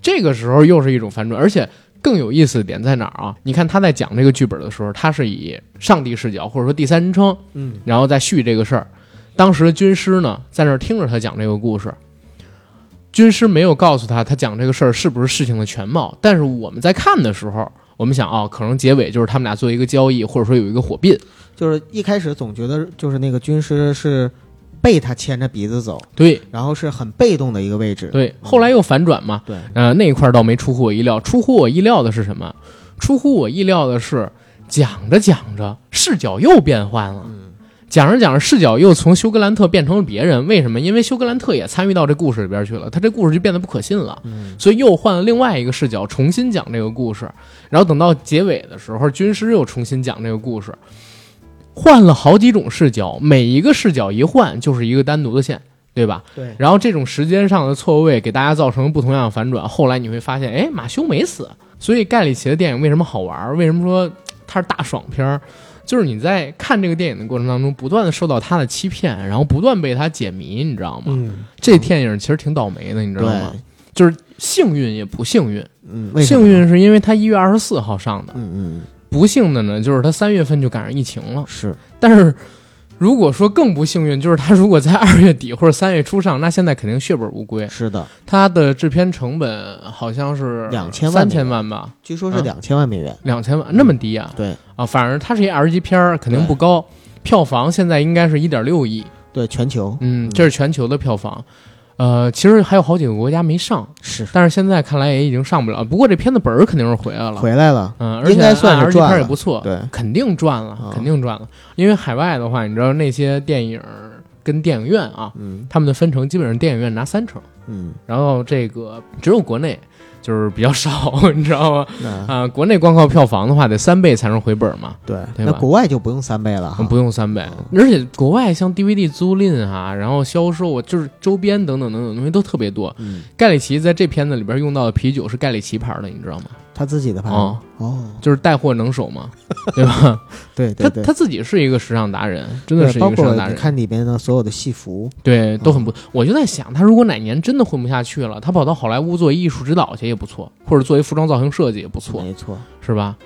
Speaker 1: 这个时候又是一种反转，而且更有意思的点在哪儿啊？你看他在讲这个剧本的时候，他是以上帝视角或者说第三人称，
Speaker 2: 嗯
Speaker 1: 然后再续这个事儿。当时军师呢在那儿听着他讲这个故事，军师没有告诉他他讲这个事儿是不是事情的全貌，但是我们在看的时候，我们想啊、可能结尾就是他们俩做一个交易，或者说有一个火并。
Speaker 2: 就是一开始总觉得就是那个军师是被他牵着鼻子走，
Speaker 1: 对
Speaker 2: 然后是很被动的一个位置。
Speaker 1: 对，后来又反转嘛，
Speaker 2: 对
Speaker 1: 呃，那一块儿倒没出乎我意料。出乎我意料的是什么？出乎我意料的是，讲着讲着视角又变换
Speaker 2: 嗯
Speaker 1: 了。讲着讲着，视角又从休格兰特变成了别人，为什么？因为休格兰特也参与到这故事里边去了，他这故事就变得不可信了，
Speaker 2: 嗯
Speaker 1: 所以又换了另外一个视角重新讲这个故事。然后等到结尾的时候，军师又重新讲这个故事，换了好几种视角，每一个视角一换就是一个单独的线，对吧？
Speaker 2: 对，
Speaker 1: 然后这种时间上的错位给大家造成不同样的反转。后来你会发现，哎，马修没死。所以盖里奇的电影为什么好玩儿？为什么说它是大爽片儿？就是你在看这个电影的过程当中，不断的受到他的欺骗，然后不断被他解谜，你知道吗？
Speaker 2: 嗯，
Speaker 1: 这电影其实挺倒霉的，你知
Speaker 2: 对
Speaker 1: 道，吗？就是幸运也不幸运，
Speaker 2: 嗯，为什么
Speaker 1: 幸，运是因为它一月二十四号上的，
Speaker 2: 嗯嗯
Speaker 1: 不幸的呢就是它三月份就赶上疫情了
Speaker 2: 嗯，。是
Speaker 1: 但是如果说更不幸运，就是它如果在二月底或者三月初上，那现在肯定血本无归。
Speaker 2: 是的，
Speaker 1: 它的制片成本好像是
Speaker 2: 2000万
Speaker 1: 三
Speaker 2: 美元
Speaker 1: 千万吧，
Speaker 2: 据说是
Speaker 1: 嗯
Speaker 2: 两千万美元。
Speaker 1: 两千万那么低啊？
Speaker 2: 对
Speaker 1: 啊，反正它是一 R 级片儿，肯定不高。票房现在应该是一点六亿，
Speaker 2: 对，全球
Speaker 1: 嗯，这是全球的票房。呃，其实还有好几个国家没上，
Speaker 2: 是
Speaker 1: 但是现在看来也已经上不了。不过这片子本儿肯定是回来了，
Speaker 2: 回来了。
Speaker 1: 嗯，而且
Speaker 2: 应该算是
Speaker 1: R 级
Speaker 2: 赚
Speaker 1: 片儿
Speaker 2: 了
Speaker 1: 也不错，
Speaker 2: 对，
Speaker 1: 肯定赚了
Speaker 2: 啊，
Speaker 1: 肯定赚了。因为海外的话，你知道那些电影儿跟电影院啊，
Speaker 2: 嗯
Speaker 1: 他们的分成基本上电影院拿三成。
Speaker 2: 嗯，
Speaker 1: 然后这个只有国内就是比较少， 你知道吗？
Speaker 2: 那
Speaker 1: 啊、国内光靠票房的话，得三倍才能回本嘛，
Speaker 2: 对，
Speaker 1: 对
Speaker 2: 那
Speaker 1: 吧嗯
Speaker 2: 国外就不用三倍了哈。
Speaker 1: 不用三倍。而且国外像 DVD 租赁啊，然后销售啊，就是周边等等等等东西都特别多。
Speaker 2: 嗯，
Speaker 1: 盖里奇在这片子里边用到的啤酒是盖里奇牌的，你知道吗？
Speaker 2: 他自己的牌
Speaker 1: 哦
Speaker 2: 哦，
Speaker 1: 就是带货能手 嘛，对吧？
Speaker 2: 对
Speaker 1: 他
Speaker 2: 对对，
Speaker 1: 他自己是一个时尚达人，真的
Speaker 2: 对
Speaker 1: 是一
Speaker 2: 包
Speaker 1: 个时
Speaker 2: 括
Speaker 1: 尚达
Speaker 2: 你
Speaker 1: 人。
Speaker 2: 看里边的所有的戏服，
Speaker 1: 对，都很不。我就在想，他如果哪年真的混不下去了，他跑到好莱坞做艺术指导去也不错，或者作为服装造型设计也不错。
Speaker 2: 没错，
Speaker 1: 是吧？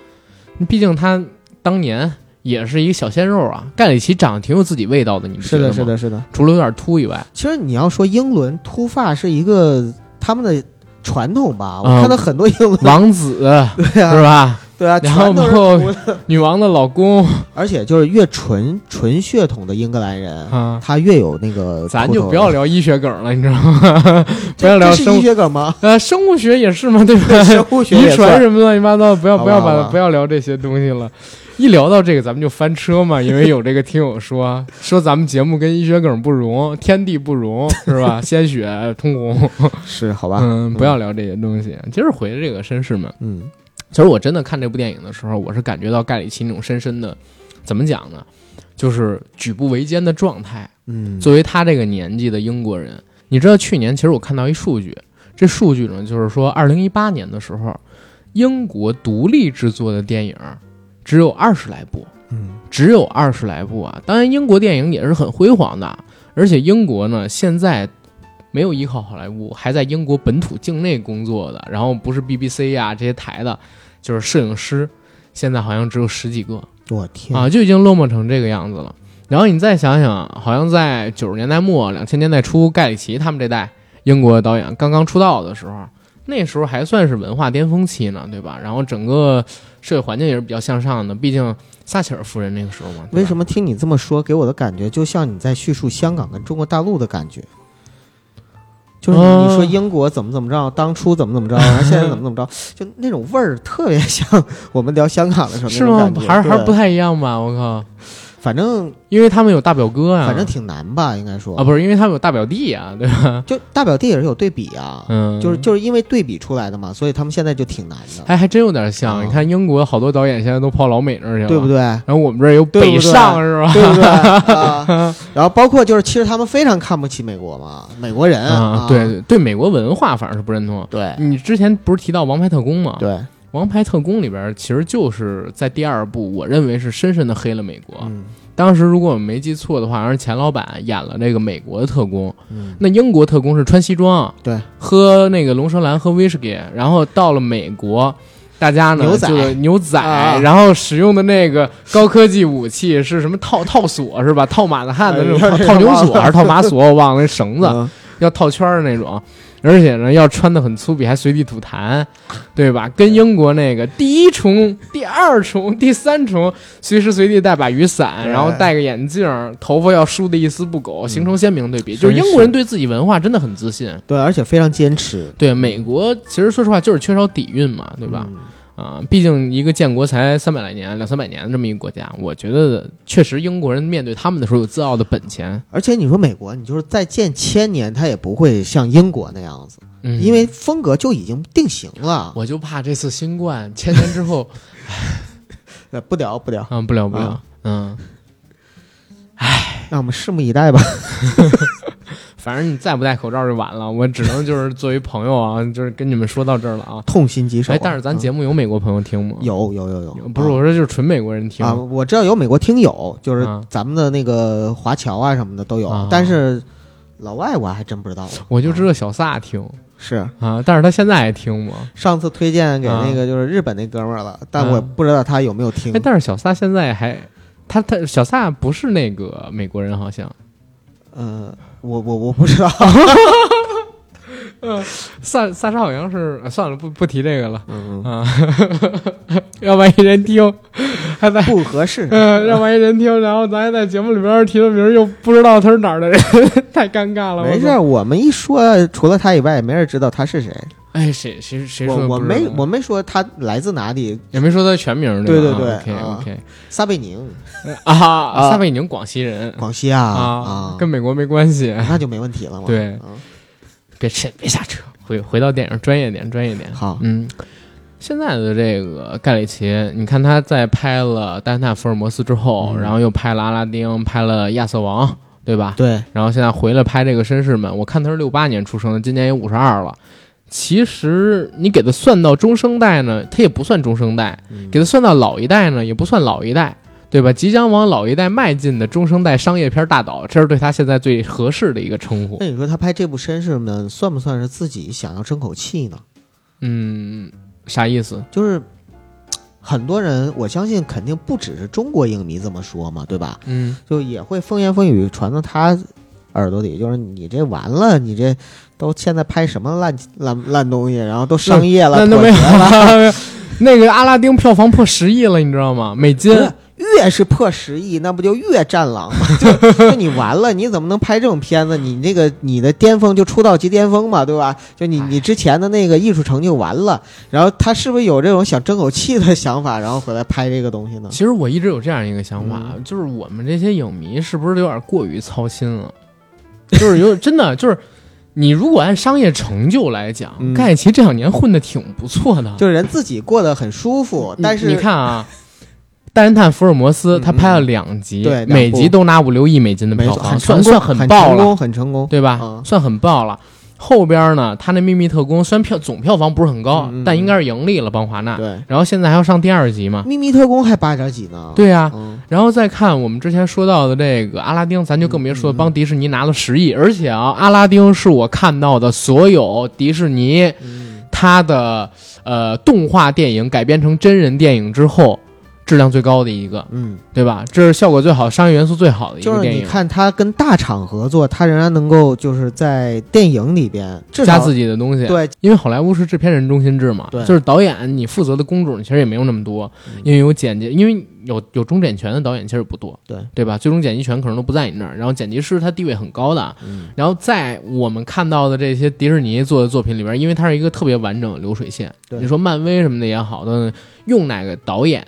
Speaker 1: 毕竟他当年也是一个小鲜肉啊。盖里奇长得挺有自己味道的，你们觉
Speaker 2: 是
Speaker 1: 得
Speaker 2: 的，
Speaker 1: 吗
Speaker 2: 是，的，是的。
Speaker 1: 除了有点秃以外，
Speaker 2: 其实你要说英伦秃发是一个他们的传统吧，我
Speaker 1: 嗯
Speaker 2: 看到很多英伦，
Speaker 1: 王子
Speaker 2: 对
Speaker 1: 是
Speaker 2: 啊，
Speaker 1: 吧？
Speaker 2: 对啊，
Speaker 1: 然后
Speaker 2: 全都是
Speaker 1: 包括
Speaker 2: 秃的
Speaker 1: 女王的老公
Speaker 2: 而且就是越纯纯血统的英格兰人，
Speaker 1: 啊，
Speaker 2: 他越有那个，
Speaker 1: 咱就不要，聊医学梗了，你知道吗？不要
Speaker 2: 这
Speaker 1: 聊
Speaker 2: 这是
Speaker 1: 生
Speaker 2: 医学梗 吗？
Speaker 1: 呃生物学也是嘛，对
Speaker 2: 生
Speaker 1: 吧？
Speaker 2: 物学
Speaker 1: 遗
Speaker 2: 也
Speaker 1: 传
Speaker 2: 算
Speaker 1: 什么乱七八糟，不要
Speaker 2: 好吧
Speaker 1: 不要
Speaker 2: 好
Speaker 1: 把
Speaker 2: 吧
Speaker 1: 不要聊这些东西了。一聊到这个，咱们就翻车嘛，因为有这个听友说说咱们节目跟医学梗不容，天地不容，是吧？鲜血通红。
Speaker 2: 是好吧？
Speaker 1: 嗯，不要聊这些东西。接着回这个绅士们，
Speaker 2: 嗯
Speaker 1: 其实我真的看这部电影的时候，我是感觉到盖里奇那种深深的，怎么讲呢？就是举步维艰的状态。
Speaker 2: 嗯，
Speaker 1: 作为他这个年纪的英国人，你知道去年其实我看到一数据，这数据呢就是说，二零一八年的时候，英国独立制作的电影只有二十来部，
Speaker 2: 嗯
Speaker 1: 只有二十来部啊！当然，英国电影也是很辉煌的，而且英国呢现在没有依靠好莱坞，还在英国本土境内工作的，然后不是 BBC 啊这些台的，就是摄影师，现在好像只有十几个
Speaker 2: 我天，
Speaker 1: 啊，就已经落寞成这个样子了。然后你再想想，好像在九十年代末、两千年代初，盖里奇他们这代英国导演刚刚出道的时候，那时候还算是文化巅峰期呢，对吧？然后整个社会环境也是比较向上的，毕竟撒切尔夫人那个时候嘛。
Speaker 2: 为什
Speaker 1: 么？
Speaker 2: 么听你这么说，给我的感觉就像你在叙述香港跟中国大陆的感觉，就是你
Speaker 1: 哦
Speaker 2: 你说英国怎么怎么着，当初怎 么怎么着，然后现在怎么怎么着，就那种味儿特别像我们聊香港的时候那
Speaker 1: 是
Speaker 2: 种
Speaker 1: 吗
Speaker 2: 感觉，？
Speaker 1: 还是还是
Speaker 2: 对
Speaker 1: 不太一样吧？我靠，
Speaker 2: 反正
Speaker 1: 因为他们有大表哥呀、
Speaker 2: 反正挺难吧，应该说
Speaker 1: 啊，不是，因为他们有大表弟呀、对吧？
Speaker 2: 就大表弟也是有对比啊，
Speaker 1: 嗯，
Speaker 2: 就是就是因为对比出来的嘛，所以他们现在就挺难的，
Speaker 1: 还还真有点像。
Speaker 2: 啊
Speaker 1: 你看英国好多导演现在都跑老美那儿去了，
Speaker 2: 对不对？
Speaker 1: 然后我们这儿有
Speaker 2: 对不
Speaker 1: 北
Speaker 2: 对
Speaker 1: 上是吧？
Speaker 2: 对不对啊？然后包括就是，其实他们非常看不起美国嘛，美国人啊
Speaker 1: 啊，对啊对对，美国文化反而是不认同。
Speaker 2: 嗯对
Speaker 1: 你之前不是提到《王牌特工》吗？《
Speaker 2: 对，
Speaker 1: 王牌特工》里边其实就是在第二部，我认为是深深的黑了美国。
Speaker 2: 嗯
Speaker 1: 当时如果我没记错的话，好像是钱老板演了这个美国的特工，
Speaker 2: 嗯，
Speaker 1: 那英国特工是穿西装，
Speaker 2: 对，
Speaker 1: 喝那个龙舌兰，喝威士忌，然后到了美国，大家呢
Speaker 2: 牛仔
Speaker 1: 就是牛仔，
Speaker 2: 啊
Speaker 1: 然后使用的那个高科技武器是什么套套索是吧？套马的汉的那种
Speaker 2: 哎呀
Speaker 1: 套套牛索还是套马索？我忘了那绳子，
Speaker 2: 嗯
Speaker 1: 要套圈儿的那种，而且呢要穿的很粗鄙，还随地吐痰，对吧？跟英国那个第一重、第二重、第三重，随时随地带把雨伞，
Speaker 3: 对
Speaker 1: 然后戴个眼镜儿，头发要梳的一丝不苟，形成鲜明对比。
Speaker 2: 是
Speaker 1: 就是英国人对自己文化真的很自信。
Speaker 2: 对，而且非常坚持，
Speaker 1: 对美国，其实说实话就是缺少底蕴嘛，对吧？
Speaker 2: 嗯？
Speaker 1: 啊、毕竟一个建国才三百来年、两三百年的这么一个国家，我觉得确实英国人面对他们的时候有自傲的本钱。
Speaker 2: 而且你说美国，你就是再建千年，它也不会像英国那样子，
Speaker 1: 嗯，
Speaker 2: 因为风格就已经定型了。
Speaker 1: 我就怕这次新冠千年之后。
Speaker 2: 呃不聊不聊，
Speaker 1: 嗯，不聊不聊
Speaker 2: 啊，
Speaker 1: 嗯，
Speaker 2: 让我们拭目以待吧。
Speaker 1: 反正你再不戴口罩就晚了，我只能就是作为朋友啊，就是跟你们说到这儿了啊。
Speaker 2: 痛心疾首啊。
Speaker 1: 哎，但是咱节目有美国朋友听吗
Speaker 2: 嗯？有有有有
Speaker 1: 有，，不是
Speaker 2: 啊
Speaker 1: 我说就是纯美国人听
Speaker 2: 啊，我知道有美国听友，就是
Speaker 1: 啊
Speaker 2: 咱们的那个华侨啊什么的都有，
Speaker 1: 啊
Speaker 2: 但是老外我还真不知道。
Speaker 1: 我就知道小撒听
Speaker 2: 是
Speaker 1: 啊，但是他现在还听吗？
Speaker 2: 上次推荐给那个就是日本那哥们儿了，但我不知道他有没有听
Speaker 1: 啊哎，。但是小撒现在还。他他小撒不是那个美国人，好像
Speaker 2: 嗯，我我我不知道。
Speaker 1: 萨萨沙好像是、啊算了，不不提这个了
Speaker 2: 嗯，
Speaker 1: 啊， 要万一人听，还在
Speaker 2: 不 合 适。
Speaker 1: 嗯，让万一人听，然后咱还在节目里边提的名儿，又不知道他是哪儿的人， 太尴尬了。
Speaker 2: 没事，，我们一说，除了他以外，没人知道他是谁。
Speaker 1: 哎，谁谁谁说
Speaker 2: 我我
Speaker 1: 不知道
Speaker 2: 没我没说他来自哪里，
Speaker 1: 也没说他全名儿，吧
Speaker 2: 对对对
Speaker 1: ，OK
Speaker 2: 啊
Speaker 1: OK
Speaker 2: 撒贝宁，
Speaker 1: 啊，撒贝宁广西人
Speaker 2: 广西啊
Speaker 1: 啊
Speaker 2: 啊，，
Speaker 1: 跟美国没关系。
Speaker 2: 那就没问题了嘛。
Speaker 1: 对
Speaker 2: 嗯，
Speaker 1: 别切，别下车，回回到电影，专业点，专业点。
Speaker 2: 好，
Speaker 1: 嗯，现在的这个盖里奇，你看他在拍了《戴安娜·福尔摩斯》之后，
Speaker 2: 嗯
Speaker 1: 然后又拍了《阿拉丁》，拍了《亚瑟王》，对吧？
Speaker 2: 对，
Speaker 1: 然后现在回来拍这个《绅士们》，我看他是六八年出生的，今年也五十二了。其实你给他算到中生代呢，他也不算中生代；
Speaker 2: 嗯
Speaker 1: 给他算到老一代呢，也不算老一代，对吧？即将往老一代迈进的中生代商业片大导，这是对他现在最合适的一个称呼。
Speaker 2: 那你说他拍这部《绅士们》，算不算是自己想要争口气呢？
Speaker 1: 嗯，啥意思？
Speaker 2: 就是嘖很多人，我相信肯定不只是中国影迷这么说嘛，对吧？
Speaker 1: 嗯，
Speaker 2: 就也会风言风语传到他耳朵里，就是你这完了，你这都现在拍什么烂烂烂东西，然后都商业了，
Speaker 1: 那都
Speaker 2: 妥
Speaker 1: 没有
Speaker 2: 协了。
Speaker 1: 了。 那个阿拉丁票房破十亿了，你知道吗？美金
Speaker 2: 不。是越是破十亿，那不就越战狼 吗？就就你完了，你怎么能拍这种片子？你这个你的巅峰就出道即巅峰嘛，对吧？就你
Speaker 1: 哎
Speaker 2: 你之前的那个艺术成就完了，然后他是不是有这种想争口气的想法，然后回来拍这个东西呢？
Speaker 1: 其实我一直有这样一个想法，
Speaker 2: 嗯
Speaker 1: 就是我们这些影迷是不是有点过于操心了？ 就是有真的就是，你如果按商业成就来讲，
Speaker 2: 嗯
Speaker 1: 盖奇这两年混的挺不错的。
Speaker 2: 就是人自己过得很舒服，但是
Speaker 1: 嗯你你看啊，《戴安探福尔摩斯》
Speaker 2: 嗯
Speaker 1: 他拍了两集，
Speaker 2: 对两部
Speaker 1: 每集都拿五六亿美金的
Speaker 2: 没
Speaker 1: 票
Speaker 2: 错，
Speaker 1: 房，
Speaker 2: 很
Speaker 1: 算
Speaker 2: 成
Speaker 1: 算
Speaker 2: 功，
Speaker 1: 很
Speaker 2: 很
Speaker 1: 爆
Speaker 2: 成
Speaker 1: 了，
Speaker 2: 功，很成功。
Speaker 1: 对吧？
Speaker 2: 嗯
Speaker 1: 算很爆了。后边呢，他那《秘密特工》虽然票总票房不是很高，
Speaker 2: 嗯嗯
Speaker 1: 但应该是盈利了邦华纳。
Speaker 2: 对，嗯
Speaker 1: 然后现在还要上第二集嘛？
Speaker 2: 秘密特工还八点几呢。
Speaker 1: 嗯对啊呀、
Speaker 2: 嗯，
Speaker 1: 然后再看我们之前说到的这个阿拉丁，咱就更别说
Speaker 2: 嗯嗯
Speaker 1: 帮迪士尼拿了十亿，而且啊，阿拉丁是我看到的所有迪士尼
Speaker 2: 嗯
Speaker 1: 它的呃动画电影改编成真人电影之后质量最高的一个，
Speaker 2: 嗯，
Speaker 1: 对吧？这是效果最好、商业元素最好的一
Speaker 2: 就
Speaker 1: 个
Speaker 2: 是
Speaker 1: 电
Speaker 2: 你
Speaker 1: 影，
Speaker 2: 看他跟大厂合作，他仍然能够就是在电影里边至
Speaker 1: 加
Speaker 2: 少
Speaker 1: 自己的东西。
Speaker 2: 对
Speaker 1: 因为好莱坞是制片人中心制嘛，
Speaker 2: 对
Speaker 1: 就是导演你负责的工种其实也没有那么多，
Speaker 2: 嗯
Speaker 1: 因为有剪辑，因为有有终剪权的导演其实不多，
Speaker 2: 对
Speaker 1: 对吧？最终剪辑权可能都不在你那儿，然后剪辑师他地位很高的，
Speaker 2: 嗯
Speaker 1: 然后在我们看到的这些迪士尼做的作品里边，因为它是一个特别完整的流水线，
Speaker 2: 对
Speaker 1: 你说漫威什么的也好的，用哪个导演，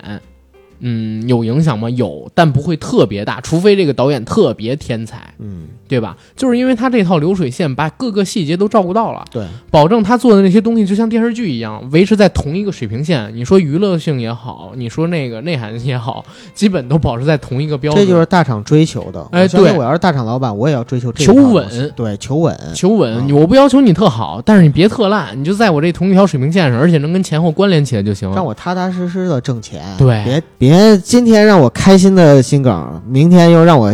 Speaker 1: 嗯，有影响吗？有，但不会特别大，除非这个导演特别天才，
Speaker 2: 嗯，
Speaker 1: 对吧？就是因为他这套流水线把各个细节都照顾到了。
Speaker 2: 对，
Speaker 1: 保证他做的那些东西就像电视剧一样，维持在同一个水平线。你说娱乐性也好，你说那个内涵也好，基本都保持在同一个标准。
Speaker 2: 这就是大厂追求的。
Speaker 1: 哎
Speaker 2: 我相信
Speaker 1: 对
Speaker 2: 我要是大厂老板，我也要追求这
Speaker 1: 求
Speaker 2: 一套
Speaker 1: 稳
Speaker 2: 东西对，求稳。
Speaker 1: 求稳，
Speaker 2: 嗯
Speaker 1: 你我不要求你特好，但是你别特烂，你就在我这同一条水平线上，而且能跟前后关联起来就行。
Speaker 2: 让我踏踏实实的挣钱，
Speaker 1: 对
Speaker 2: 别别今天让我开心的心梗，明天又让我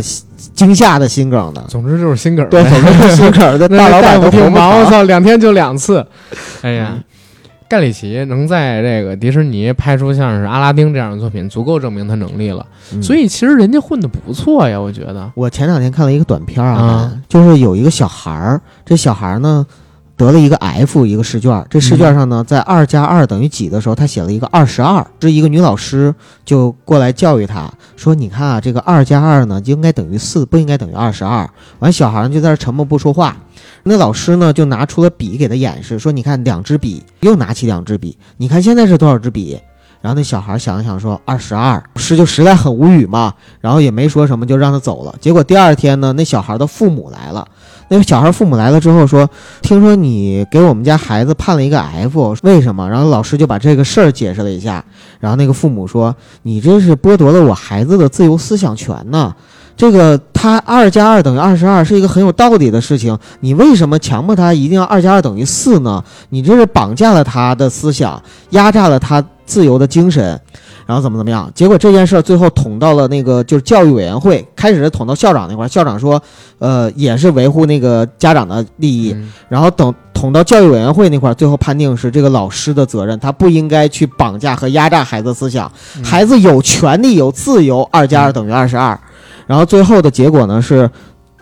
Speaker 2: 惊吓的心梗的，
Speaker 1: 总之就是心梗儿
Speaker 2: 对，
Speaker 1: 呗
Speaker 2: 总之心梗 的
Speaker 1: 那
Speaker 2: 大老板
Speaker 1: 大夫
Speaker 2: 都红
Speaker 1: 挺
Speaker 2: 不
Speaker 1: 忙，我
Speaker 2: 着
Speaker 1: 操，两天就两次。哎呀，盖里奇能在这个迪士尼拍出像是《阿拉丁》这样的作品，足够证明他能力了。所
Speaker 2: 以
Speaker 1: 以其实人家混得不错呀，我觉得。
Speaker 2: 嗯我前两天看了一个短片啊
Speaker 1: 啊，
Speaker 2: 就是有一个小孩儿，这小孩儿呢得了一个 F 一个试卷，这试卷上呢在二加二等于几的时候，他写了一个二十二，是一个女老师就过来教育他说：“你看啊，这个二加二呢就应该等于四，不应该等于二十二。”完，小孩儿就在这儿沉默不说话。那老师呢，就拿出了笔给他演示，说：“你看，两支笔，又拿起两支笔，你看现在是多少支笔？”然后那小孩儿想了想说：“二十二。”师就实在很无语嘛，然后也没说什么，就让他走了。结果第二天呢，那小孩儿的父母来了，那个小孩儿父母来了之后说：“听说你给我们家孩子判了一个 F，为什么？”然后老师就把这个事儿解释了一下。然后那个父母说：“你这是剥夺了我孩子的自由思想权呢。”这个他二加二等于二十二是一个很有道理的事情，你为什么强迫他一定要二加二等于四呢？你这是绑架了他的思想，压榨了他自由的精神，然后怎么怎么样？结果这件事儿最后捅到了那个就是教育委员会，开始是捅到校长那块儿，校长说，呃，也是维护那个家长的利益，
Speaker 1: 嗯
Speaker 2: 然后等捅到教育委员会那块儿，最后判定是这个老师的责任，他不应该去绑架和压榨孩子思想，
Speaker 1: 嗯
Speaker 2: 孩子有权利有自由，二加二等于二十二。然后最后的结果呢是，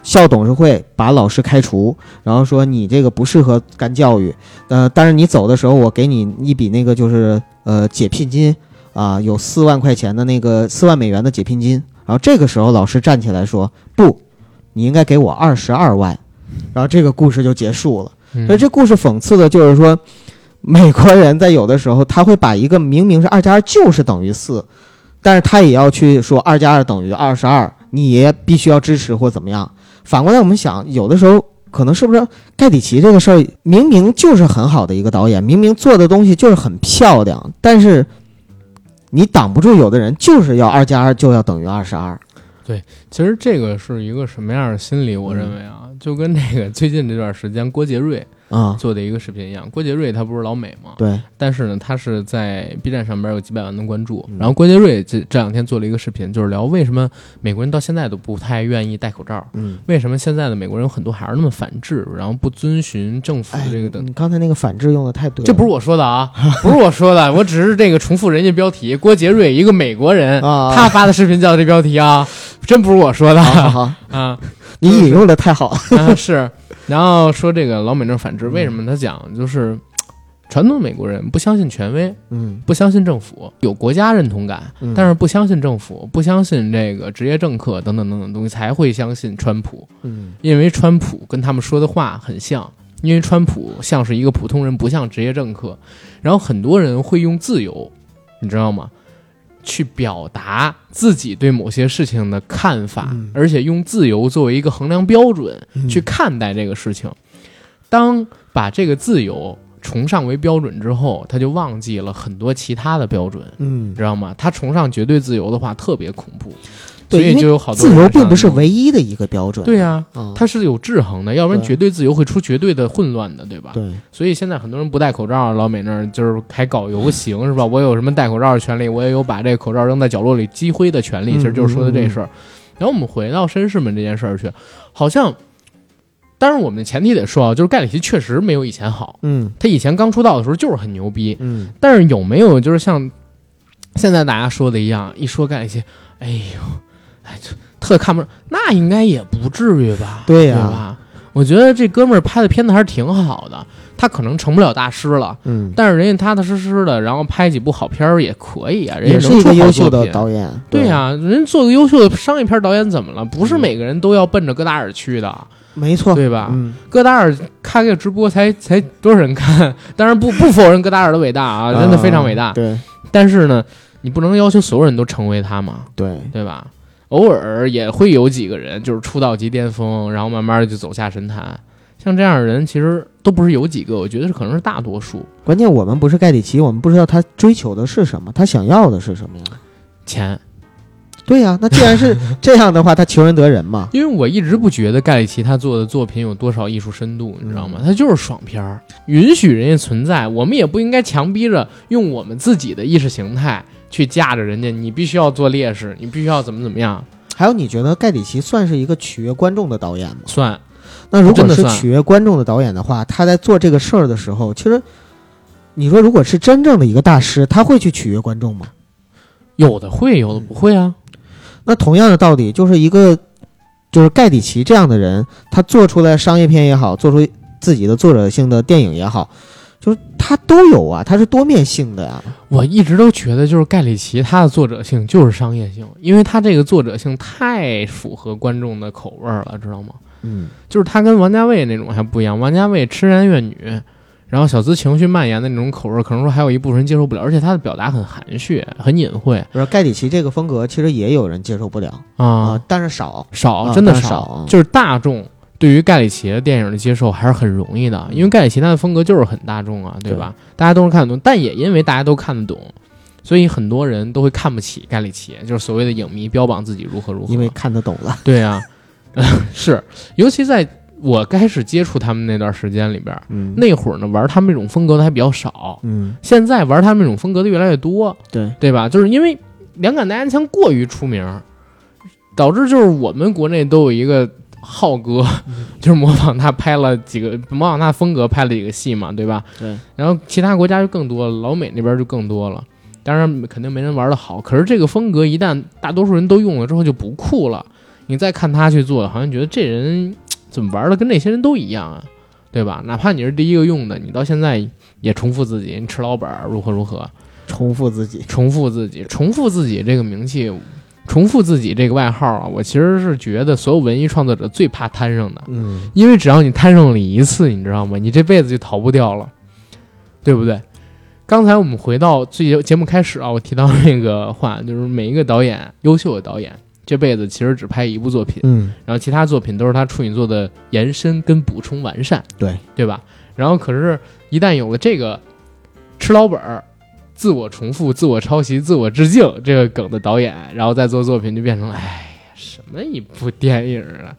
Speaker 2: 校董事会把老师开除，然后说你这个不适合干教育，呃，但是你走的时候我给你一笔那个就是呃解聘金啊、有四万块钱的那个四万美元的解聘金。然后这个时候老师站起来说不，你应该给我二十二万。然后这个故事就结束了。
Speaker 1: 嗯
Speaker 2: 所以这故事讽刺的就是说，美国人在有的时候他会把一个明明是二加二就是等于四，但是他也要去说二加二等于二十二，你也必须要支持或怎么样。反过来我们想，有的时候可能是不是盖里奇这个事儿，明明就是很好的一个导演，明明做的东西就是很漂亮，但是你挡不住有的人就是要二加二就要等于二十二。
Speaker 1: 其实这个是一个什么样的心理？我认为
Speaker 2: 嗯
Speaker 1: 啊，就跟那个 最近这段时间郭杰瑞
Speaker 2: 啊、
Speaker 1: 做的一个视频一样。郭杰瑞他不是老美吗？
Speaker 2: 对，
Speaker 1: 但是呢，他是在 B 站上边有几百万的关注
Speaker 2: 嗯。
Speaker 1: 然后郭杰瑞这这两天做了一个视频，就是聊为什么美国人到现在都不太愿意戴口罩，
Speaker 2: 嗯。
Speaker 1: 为什么现在的美国人有很多还是那么反制，然后不遵循政府
Speaker 2: 哎，
Speaker 1: 这个等。
Speaker 2: 你刚才那个反制用的太对了，
Speaker 1: 这不是我说的啊， 不是我说的，我只是这个重复人家标题。郭杰瑞一个美国人，
Speaker 2: 啊
Speaker 1: 他发的视频叫这标题啊，真不是我说的
Speaker 2: 好好好，
Speaker 1: 啊。
Speaker 2: 你引用的太好了。
Speaker 1: 啊，是。然后说这个老美政反制，为什
Speaker 2: 嗯
Speaker 1: 么他讲就是传统美国人不相信权威，
Speaker 2: 嗯
Speaker 1: 不相信政府，有国家认同感，
Speaker 2: 嗯
Speaker 1: 但是不相信政府，不相信这个职业政客等等等等东西，才会相信川普，
Speaker 2: 嗯
Speaker 1: 因为川普跟他们说的话很像。因为川普像是一个普通人，不像职业政客，然后很多人会用自由，你知道吗？去表达自己对某些事情的看法，
Speaker 2: 嗯
Speaker 1: 而且用自由作为一个衡量标准，
Speaker 2: 嗯
Speaker 1: 去看待这个事情。当把这个自由崇尚为标准之后，他就忘记了很多其他的标准，
Speaker 2: 嗯
Speaker 1: 你，知道吗？他崇尚绝对自由的话，特别恐怖，所
Speaker 2: 对
Speaker 1: 以
Speaker 2: 因为
Speaker 1: 就有好多
Speaker 2: 自由
Speaker 1: 人
Speaker 2: 并不是
Speaker 1: 上当
Speaker 2: 唯一的一个标准。
Speaker 1: 对呀、
Speaker 2: 啊，
Speaker 1: 它是有制衡的，要不然
Speaker 2: 对
Speaker 1: 绝对自由会出绝对的混乱的，对吧？
Speaker 2: 对
Speaker 1: 所以现在很多人不戴口罩，老美那儿就是还搞游行，是吧？我有什么戴口罩的权利？我也有把这个口罩扔在角落里击挥的权利，
Speaker 2: 嗯嗯
Speaker 1: 其实就是说的这事儿。然后我们回到绅士们这件事儿去，好像，当然我们的前提得说啊，就是盖里奇确实没有以前好，
Speaker 2: 嗯
Speaker 1: 他以前刚出道的时候就是很牛逼，
Speaker 2: 嗯，
Speaker 1: 但是有没有就是像现在大家说的一样，一说盖里奇，哎呦，哎，这特看不上，那应该也不至于吧？
Speaker 2: 对呀
Speaker 1: 吧？我觉得这哥们儿拍的片子还是挺好的，他可能成不了大师了，
Speaker 2: 嗯，
Speaker 1: 但是人家踏踏实实的，然后拍几部好片儿也可以啊，人
Speaker 2: 也
Speaker 1: 家能
Speaker 2: 是一
Speaker 1: 出
Speaker 2: 个
Speaker 1: 好
Speaker 2: 优
Speaker 1: 作
Speaker 2: 秀的
Speaker 1: 品
Speaker 2: 导演。
Speaker 1: 对呀、人做个优秀的商业片导演怎么了？不是每个人都要奔着戈达尔去的，
Speaker 2: 没错，
Speaker 1: 对吧？
Speaker 2: 嗯，
Speaker 1: 戈达尔开个直播才才多少人看？当然不 不否认戈达尔的伟大啊，真的非常伟大。
Speaker 2: 对
Speaker 1: 但是呢，你不能要求所有人都成为他嘛，
Speaker 2: 对，
Speaker 1: 对吧？偶尔也会有几个人就是出道即巅峰，然后慢慢就走下神坛。像这样的人，其实都不是有几个，我觉得是可能是大多数。
Speaker 2: 关键我们不是盖里奇，我们不知道他追求的是什么，他想要的是什么呀？
Speaker 1: 钱，
Speaker 2: 对呀，那既然是这样的话，他求人得人嘛。
Speaker 1: 因为我一直不觉得盖里奇他做的作品有多少艺术深度，你知道吗？他就是爽片儿，允许人家存在，我们也不应该强逼着用我们自己的意识形态去架着人家，你必须要做烈士，你必须要怎么怎么样，
Speaker 2: 还有，你觉得盖里奇算是一个取悦观众的导演吗？
Speaker 1: 算
Speaker 2: 那如
Speaker 1: 真
Speaker 2: 果
Speaker 1: 的
Speaker 2: 是
Speaker 1: 算
Speaker 2: 取悦观众的导演的话，他在做这个事儿的时候，其实你说如果是真正的一个大师，他会去取悦观众吗？
Speaker 1: 有的会，有的不会啊。
Speaker 2: 那同样的道理，就是一个就是盖里奇这样的人，他做出来商业片也好，做出自己的作者性的电影也好，就是他都有啊，他是多面性的呀、
Speaker 1: 我一直都觉得，就是盖里奇他的作者性就是商业性，因为他这个作者性太符合观众的口味儿了，知道吗？
Speaker 2: 嗯，
Speaker 1: 就是他跟王家卫那种还不一样，王家卫痴男怨女，然后小资情绪蔓延的那种口味儿，可能说还有一部分人接受不了，而且他的表达很含蓄，很隐晦
Speaker 2: 而盖里奇这个风格其实也有人接受不了
Speaker 1: 啊，
Speaker 2: 啊，但是少。
Speaker 1: 少，
Speaker 2: 啊
Speaker 1: 真的
Speaker 2: 但是
Speaker 1: 少，
Speaker 2: 少啊
Speaker 1: 就是大众。对于盖里奇的电影的接受还是很容易的，因为盖里奇他的风格就是很大众啊，对吧？大家都能看得懂，但也因为大家都看得懂，所以很多人都会看不起盖里奇，就是所谓的影迷标榜自己如何如何。
Speaker 2: 因为看得懂了，
Speaker 1: 对啊，是，尤其在我开始接触他们那段时间里边儿，
Speaker 2: 嗯
Speaker 1: 那会儿呢玩他们这种风格的还比较少，
Speaker 2: 嗯，
Speaker 1: 现在玩他们这种风格的越来越多，
Speaker 2: 对，
Speaker 1: 对吧？就是因为两杆大烟枪过于出名，导致就是我们国内都有一个浩哥，
Speaker 2: 嗯
Speaker 1: 就是模仿他拍了几个模仿他风格拍了几个戏嘛，对吧？
Speaker 2: 对。
Speaker 1: 然后其他国家就更多了，老美那边就更多了。当然肯定没人玩的好，可是这个风格一旦大多数人都用了之后就不酷了。你再看他去做，好像觉得这人怎么玩的跟那些人都一样啊，对吧？哪怕你是第一个用的，你到现在也重复自己，你吃老本儿如何如何。
Speaker 2: 重复自己，
Speaker 1: 重复自己，重复自己这个名气，重复自己这个外号啊，我其实是觉得所有文艺创作者最怕摊上的，
Speaker 2: 嗯，
Speaker 1: 因为只要你摊上了一次，你知道吗？你这辈子就逃不掉了，对不对？刚才我们回到最节目开始啊，我提到那个话，就是每一个导演，优秀的导演，这辈子其实只拍一部作品，
Speaker 2: 嗯，
Speaker 1: 然后其他作品都是他处女作的延伸跟补充完善，
Speaker 2: 对
Speaker 1: 对吧？然后可是，一旦有了这个吃老本儿、自我重复、自我抄袭、自我致敬这个梗的导演，然后再做作品，就变成了哎呀，什么一部电影啊！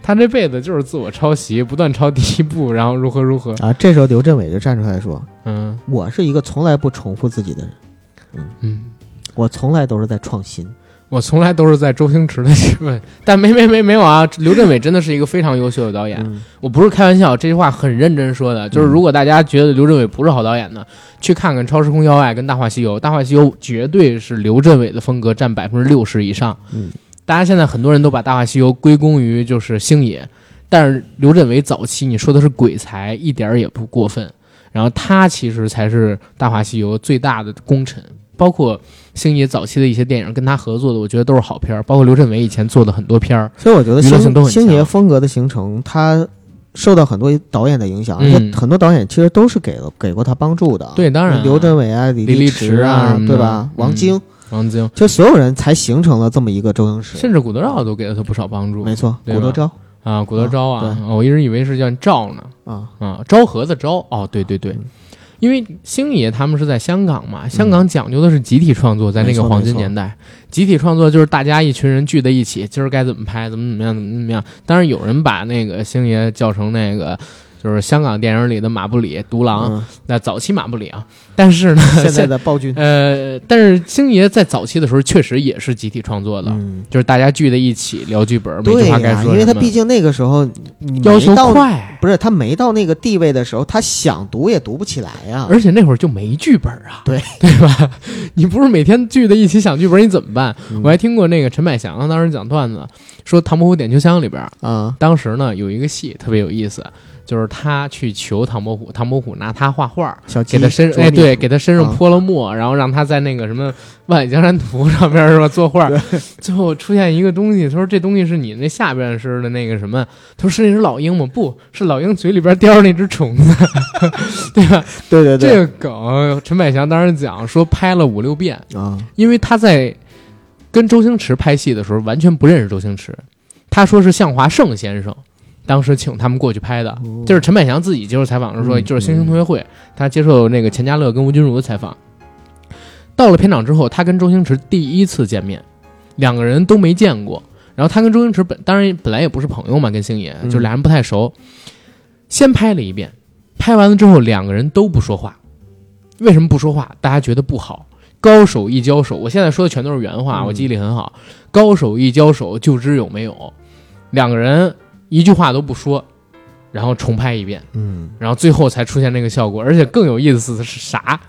Speaker 1: 他这辈子就是自我抄袭，不断抄第一部，然后如何如何，
Speaker 2: 啊，这时候刘镇伟就站出来说
Speaker 1: 嗯：“
Speaker 2: 我是一个从来不重复自己的人，
Speaker 1: 嗯。
Speaker 2: 我从来都是在创新。
Speaker 1: 我从来都是在周星驰的戏份，但没没没没有啊！刘镇伟真的是一个非常优秀的导演，
Speaker 2: 嗯
Speaker 1: 我不是开玩笑，这句话很认真说的。就是如果大家觉得刘镇伟不是好导演呢，去看看《超时空要爱》跟《大话西游》，《大话西游》绝对是刘镇伟的风格占百分之六十以上。
Speaker 2: 嗯，
Speaker 1: 大家现在很多人都把《大话西游》归功于就是星爷，但是刘镇伟早期你说的是鬼才，一点儿也不过分。然后他其实才是《大话西游》最大的功臣，包括星爷早期的一些电影跟他合作的，我觉得都是好片儿，包括刘镇伟以前做的很多片儿。
Speaker 2: 所以我觉得
Speaker 1: 娱乐性都很
Speaker 2: 星
Speaker 1: 强
Speaker 2: 星爷风格的形成，他受到很多导演的影响，而
Speaker 1: 嗯
Speaker 2: 且很多导演其实都是给了给过他帮助的。，
Speaker 1: 对，当然啊、
Speaker 2: 刘镇伟啊，李
Speaker 1: 李立
Speaker 2: 池
Speaker 1: 池啊
Speaker 2: 啊
Speaker 1: 什么，的
Speaker 2: 对吧
Speaker 1: 嗯？
Speaker 2: 王晶，
Speaker 1: 王晶。
Speaker 2: 就所有人才形成了这么一个周星驰。
Speaker 1: 甚至古德照都给了他不少帮助
Speaker 2: 没错，
Speaker 1: 对吧
Speaker 2: 骨头招
Speaker 1: 啊，古德昭啊
Speaker 2: 啊，
Speaker 1: 哦我一直以为是叫赵呢，
Speaker 2: 啊，
Speaker 1: 啊，昭和的昭，哦，对对对
Speaker 2: 嗯，
Speaker 1: 因为星爷他们是在香港嘛，香港讲究的是集体创作，在那
Speaker 2: 没
Speaker 1: 个
Speaker 2: 错
Speaker 1: 黄金
Speaker 2: 没错
Speaker 1: 年代，集体创作就是大家一群人聚在一起，今儿该怎么拍，怎么怎么样，怎么怎么样。当然有人把那个星爷叫成那个。就是香港电影里的马布里、独狼，
Speaker 2: 嗯
Speaker 1: 那早期马布里啊，但是呢，
Speaker 2: 现在的 暴君，
Speaker 1: 呃，但是星爷在早期的时候确实也是集体创作的，
Speaker 2: 嗯，
Speaker 1: 就是大家聚在一起聊剧本，每
Speaker 2: 对
Speaker 1: 句话
Speaker 2: 呀
Speaker 1: 该，说
Speaker 2: 因为他
Speaker 1: 什么
Speaker 2: 毕竟那个时候你
Speaker 1: 要
Speaker 2: 没
Speaker 1: 求
Speaker 2: 到，
Speaker 1: 快，啊
Speaker 2: 不是他没到那个地位的时候，他想读也读不起来呀。
Speaker 1: 而且那会儿就没剧本啊，
Speaker 2: 对
Speaker 1: 对吧？ 你不是每天聚在一起想剧本，你怎么办？
Speaker 2: 嗯
Speaker 1: 我还听过那个陈百祥当时讲段子，说《唐伯虎点秋香》里边，
Speaker 2: 啊，
Speaker 1: 当时呢有一个戏特别有意思，就是他去求唐伯虎，唐伯虎拿他画画，
Speaker 2: 小鸡
Speaker 1: 给他身
Speaker 2: 啄
Speaker 1: 哎
Speaker 2: 米
Speaker 1: 对，给他身上
Speaker 2: 啊
Speaker 1: 泼了墨，然后让他在那个什么《万里江山图》上边是吧作画，最后出现一个东西，他说这东西是你那下边是的那个什么，他说是那只老鹰吗？不是老鹰嘴里边叼着那只虫子， 对吧？
Speaker 2: 对对
Speaker 1: 这
Speaker 2: 对
Speaker 1: 个梗陈百祥当时讲说拍了五六遍，
Speaker 2: 啊，
Speaker 1: 因为他在跟周星驰拍戏的时候完全不认识周星驰，他说是向华胜先生。当时请他们过去拍的，
Speaker 2: 哦
Speaker 1: 就是陈百祥自己接受采访的时候说，
Speaker 2: 嗯
Speaker 1: 就是《星星同学会》，他接受那个钱嘉乐跟吴君如的采访。到了片场之后，他跟周星驰第一次见面，两个人都没见过。然后他跟周星驰本当然本来也不是朋友嘛，跟星爷
Speaker 2: 嗯
Speaker 1: 就俩人不太熟。先拍了一遍，拍完了之后两个人都不说话，为什么不说话？大家觉得不好。高手一交手，我现在说的全都是原话，
Speaker 2: 嗯
Speaker 1: 我记忆力很好。高手一交手就知有没有，两个人一句话都不说，然后重拍一遍，
Speaker 2: 嗯
Speaker 1: 然后最后才出现那个效果。而且更有意思的是啥？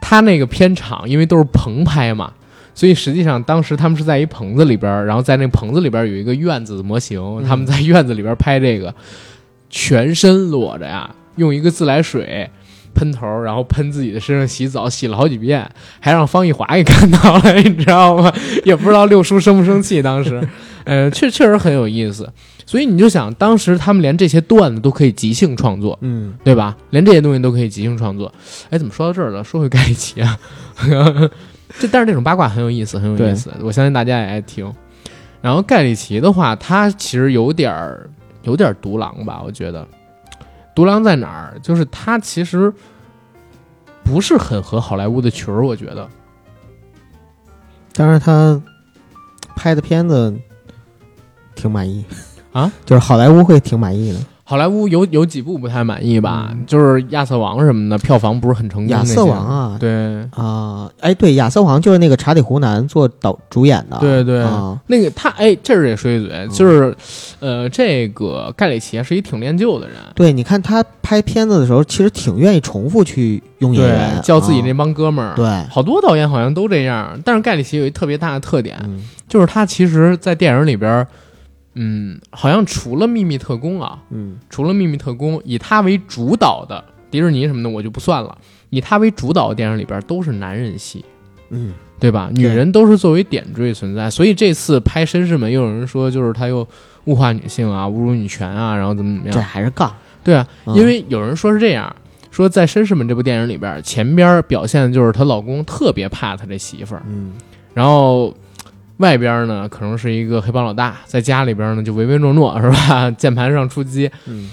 Speaker 1: 他那个片场因为都是棚拍嘛，所以实际上当时他们是在一棚子里边儿，然后在那棚子里边儿有一个院子的模型，他们在院子里边儿拍这个，全身裸着呀，用一个自来水。喷头儿，然后喷自己的身上洗澡，洗了好几遍，还让方逸华给 看到了，你知道吗？也不知道六叔生不生气，当时， 呃，确确实很有意思。所以你就想，当时他们连这些段子都可以即兴创作，
Speaker 2: 嗯，
Speaker 1: 对吧？连这些东西都可以即兴创作。哎，怎么说到这儿了？说回盖里奇啊， 这但是这种八卦很有意思，很有意思，我相信大家也爱听。然后盖里奇的话，他其实有点儿有点儿独狼吧，我觉得。独狼在哪儿？就是他其实不是很合好莱坞的群儿，我觉得。
Speaker 2: 但是他拍的片子挺满意
Speaker 1: 啊，
Speaker 2: 就是好莱坞会挺满意的。
Speaker 1: 好莱坞有有几部不太满意吧，就是《亚瑟王》什么的，票房不是很成功。
Speaker 2: 嗯亚瑟王，啊，
Speaker 1: 对
Speaker 2: 啊，哎，对，亚瑟王就是那个查理·胡南做导主演的，
Speaker 1: 对对，
Speaker 2: 啊，嗯
Speaker 1: 那个他哎，这儿也说一嘴，就是，呃，这个盖里奇是一挺练就的人，
Speaker 2: 对，你看他拍片子的时候，其实挺愿意重复去用演
Speaker 1: 对，
Speaker 2: 员，
Speaker 1: 叫自己那
Speaker 2: 啊
Speaker 1: 帮哥们儿，
Speaker 2: 对，
Speaker 1: 好多导演好像都这样，但是盖里奇有一特别大的特点，
Speaker 2: 嗯
Speaker 1: 就是他其实，在电影里边儿，嗯，好像除了《秘密特工》啊，
Speaker 2: 嗯
Speaker 1: 除了《秘密特工》，以他为主导的迪士尼什么的我就不算了，以他为主导的电影里边儿都是男人戏，
Speaker 2: 嗯，
Speaker 1: 对吧？女人都是作为点缀存在，所以这次拍《绅士们》，又有人说就是他又物化女性啊，侮辱女权啊，然后怎么怎么
Speaker 2: 这
Speaker 1: 样？
Speaker 2: 还是杠，
Speaker 1: 对啊，
Speaker 2: 嗯
Speaker 1: 因为有人说是这样，说在《绅士们》这部电影里边，前边表现的就是她老公特别怕她这媳妇儿，
Speaker 2: 嗯
Speaker 1: 然后外边呢可能是一个黑帮老大，在家里边呢就唯唯诺诺是吧？ 键盘上出击，
Speaker 2: 嗯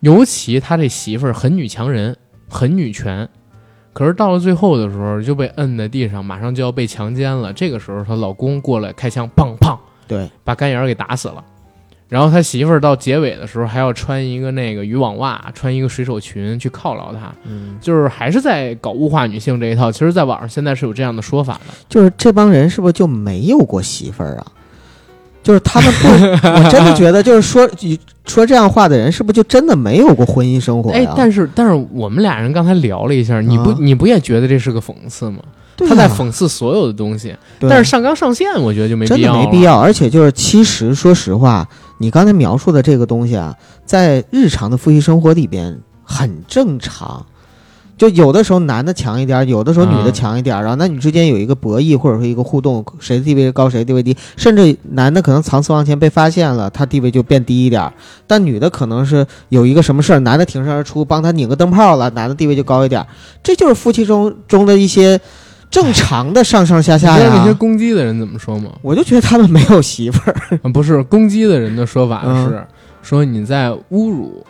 Speaker 1: 尤其他这媳妇儿很女强人，很女权，可是到了最后的时候就被摁在地上，马上就要被强奸了。这个时候她老公过来开枪，砰砰
Speaker 2: 对，
Speaker 1: 把干眼儿给打死了。然后他媳妇儿到结尾的时候还要穿一个那个渔网袜，穿一个水手裙去犒劳他，
Speaker 2: 嗯，
Speaker 1: 就是还是在搞物化女性这一套。其实，在网上现在是有这样的说法的。
Speaker 2: 就是这帮人是不是就没有过媳妇儿啊？就是他们不，我真的觉得就是说说这样话的人，是不是就真的没有过婚姻生活
Speaker 1: 哎
Speaker 2: 呀？，
Speaker 1: 但是但是我们俩人刚才聊了一下，你不、
Speaker 2: 啊
Speaker 1: 你不也觉得这是个讽刺吗？
Speaker 2: 对啊
Speaker 1: 他在讽刺所有的东西，
Speaker 2: 对啊
Speaker 1: 但是上纲上线，我觉得就没
Speaker 2: 真
Speaker 1: 必
Speaker 2: 的
Speaker 1: 要
Speaker 2: 没
Speaker 1: 了
Speaker 2: 必要。而且就是，其实说实话，你刚才描述的这个东西啊，在日常的夫妻生活里边很正常。就有的时候男的强一点儿，有的时候女的
Speaker 1: 嗯
Speaker 2: 强一点儿，然后男女之间有一个博弈或者说一个互动，谁地位高谁地位低，甚至男的可能藏私房钱被发现了，他地位就变低一点儿，但女的可能是有一个什么事儿，男的挺身而出帮他拧个灯泡了，男的地位就高一点儿，这就是夫妻中中的一些正常的上上下
Speaker 1: 你知
Speaker 2: 下
Speaker 1: 道
Speaker 2: 呀。
Speaker 1: 那些攻击的人怎么说吗？
Speaker 2: 我就觉得他们没有媳妇儿。
Speaker 1: 啊不是攻击的人的说法
Speaker 2: 嗯
Speaker 1: 是、说你在侮辱，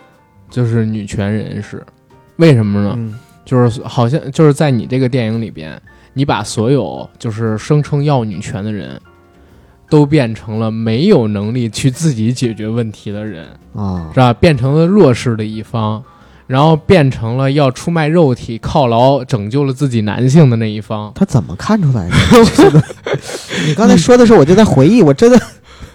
Speaker 1: 就是女权人士。为什么呢？
Speaker 2: 嗯
Speaker 1: 就是好像就是在你这个电影里边，你把所有就是声称要女权的人，都变成了没有能力去自己解决问题的人。
Speaker 2: 啊
Speaker 1: 是，吧？变成了弱势的一方，然后变成了要出卖肉体犒劳拯救了自己男性的那一方。
Speaker 2: 他怎么看出来的？真的 你刚才说的时候，我就在回忆，我真的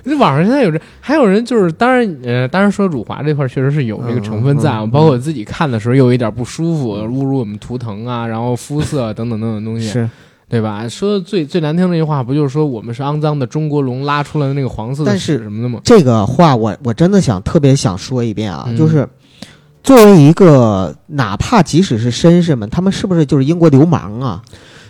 Speaker 1: 那网上现在有这，还有人就是，当然，呃，当然说辱华这块确实是有这个成分在啊，
Speaker 2: 嗯嗯嗯
Speaker 1: 包括我自己看的时候又有一点不舒服，侮辱我们图腾啊，然后肤色等等等等东西，对吧？说的最最难听那句话，不就是说我们是肮脏的中国龙拉出来的那个黄色的
Speaker 2: 但是
Speaker 1: 屎什么的吗？
Speaker 2: 这个话我，我真的想特别想说一遍啊，
Speaker 1: 嗯
Speaker 2: 就是作为一个哪怕即使是绅士们，他们是不是就是英国流氓啊？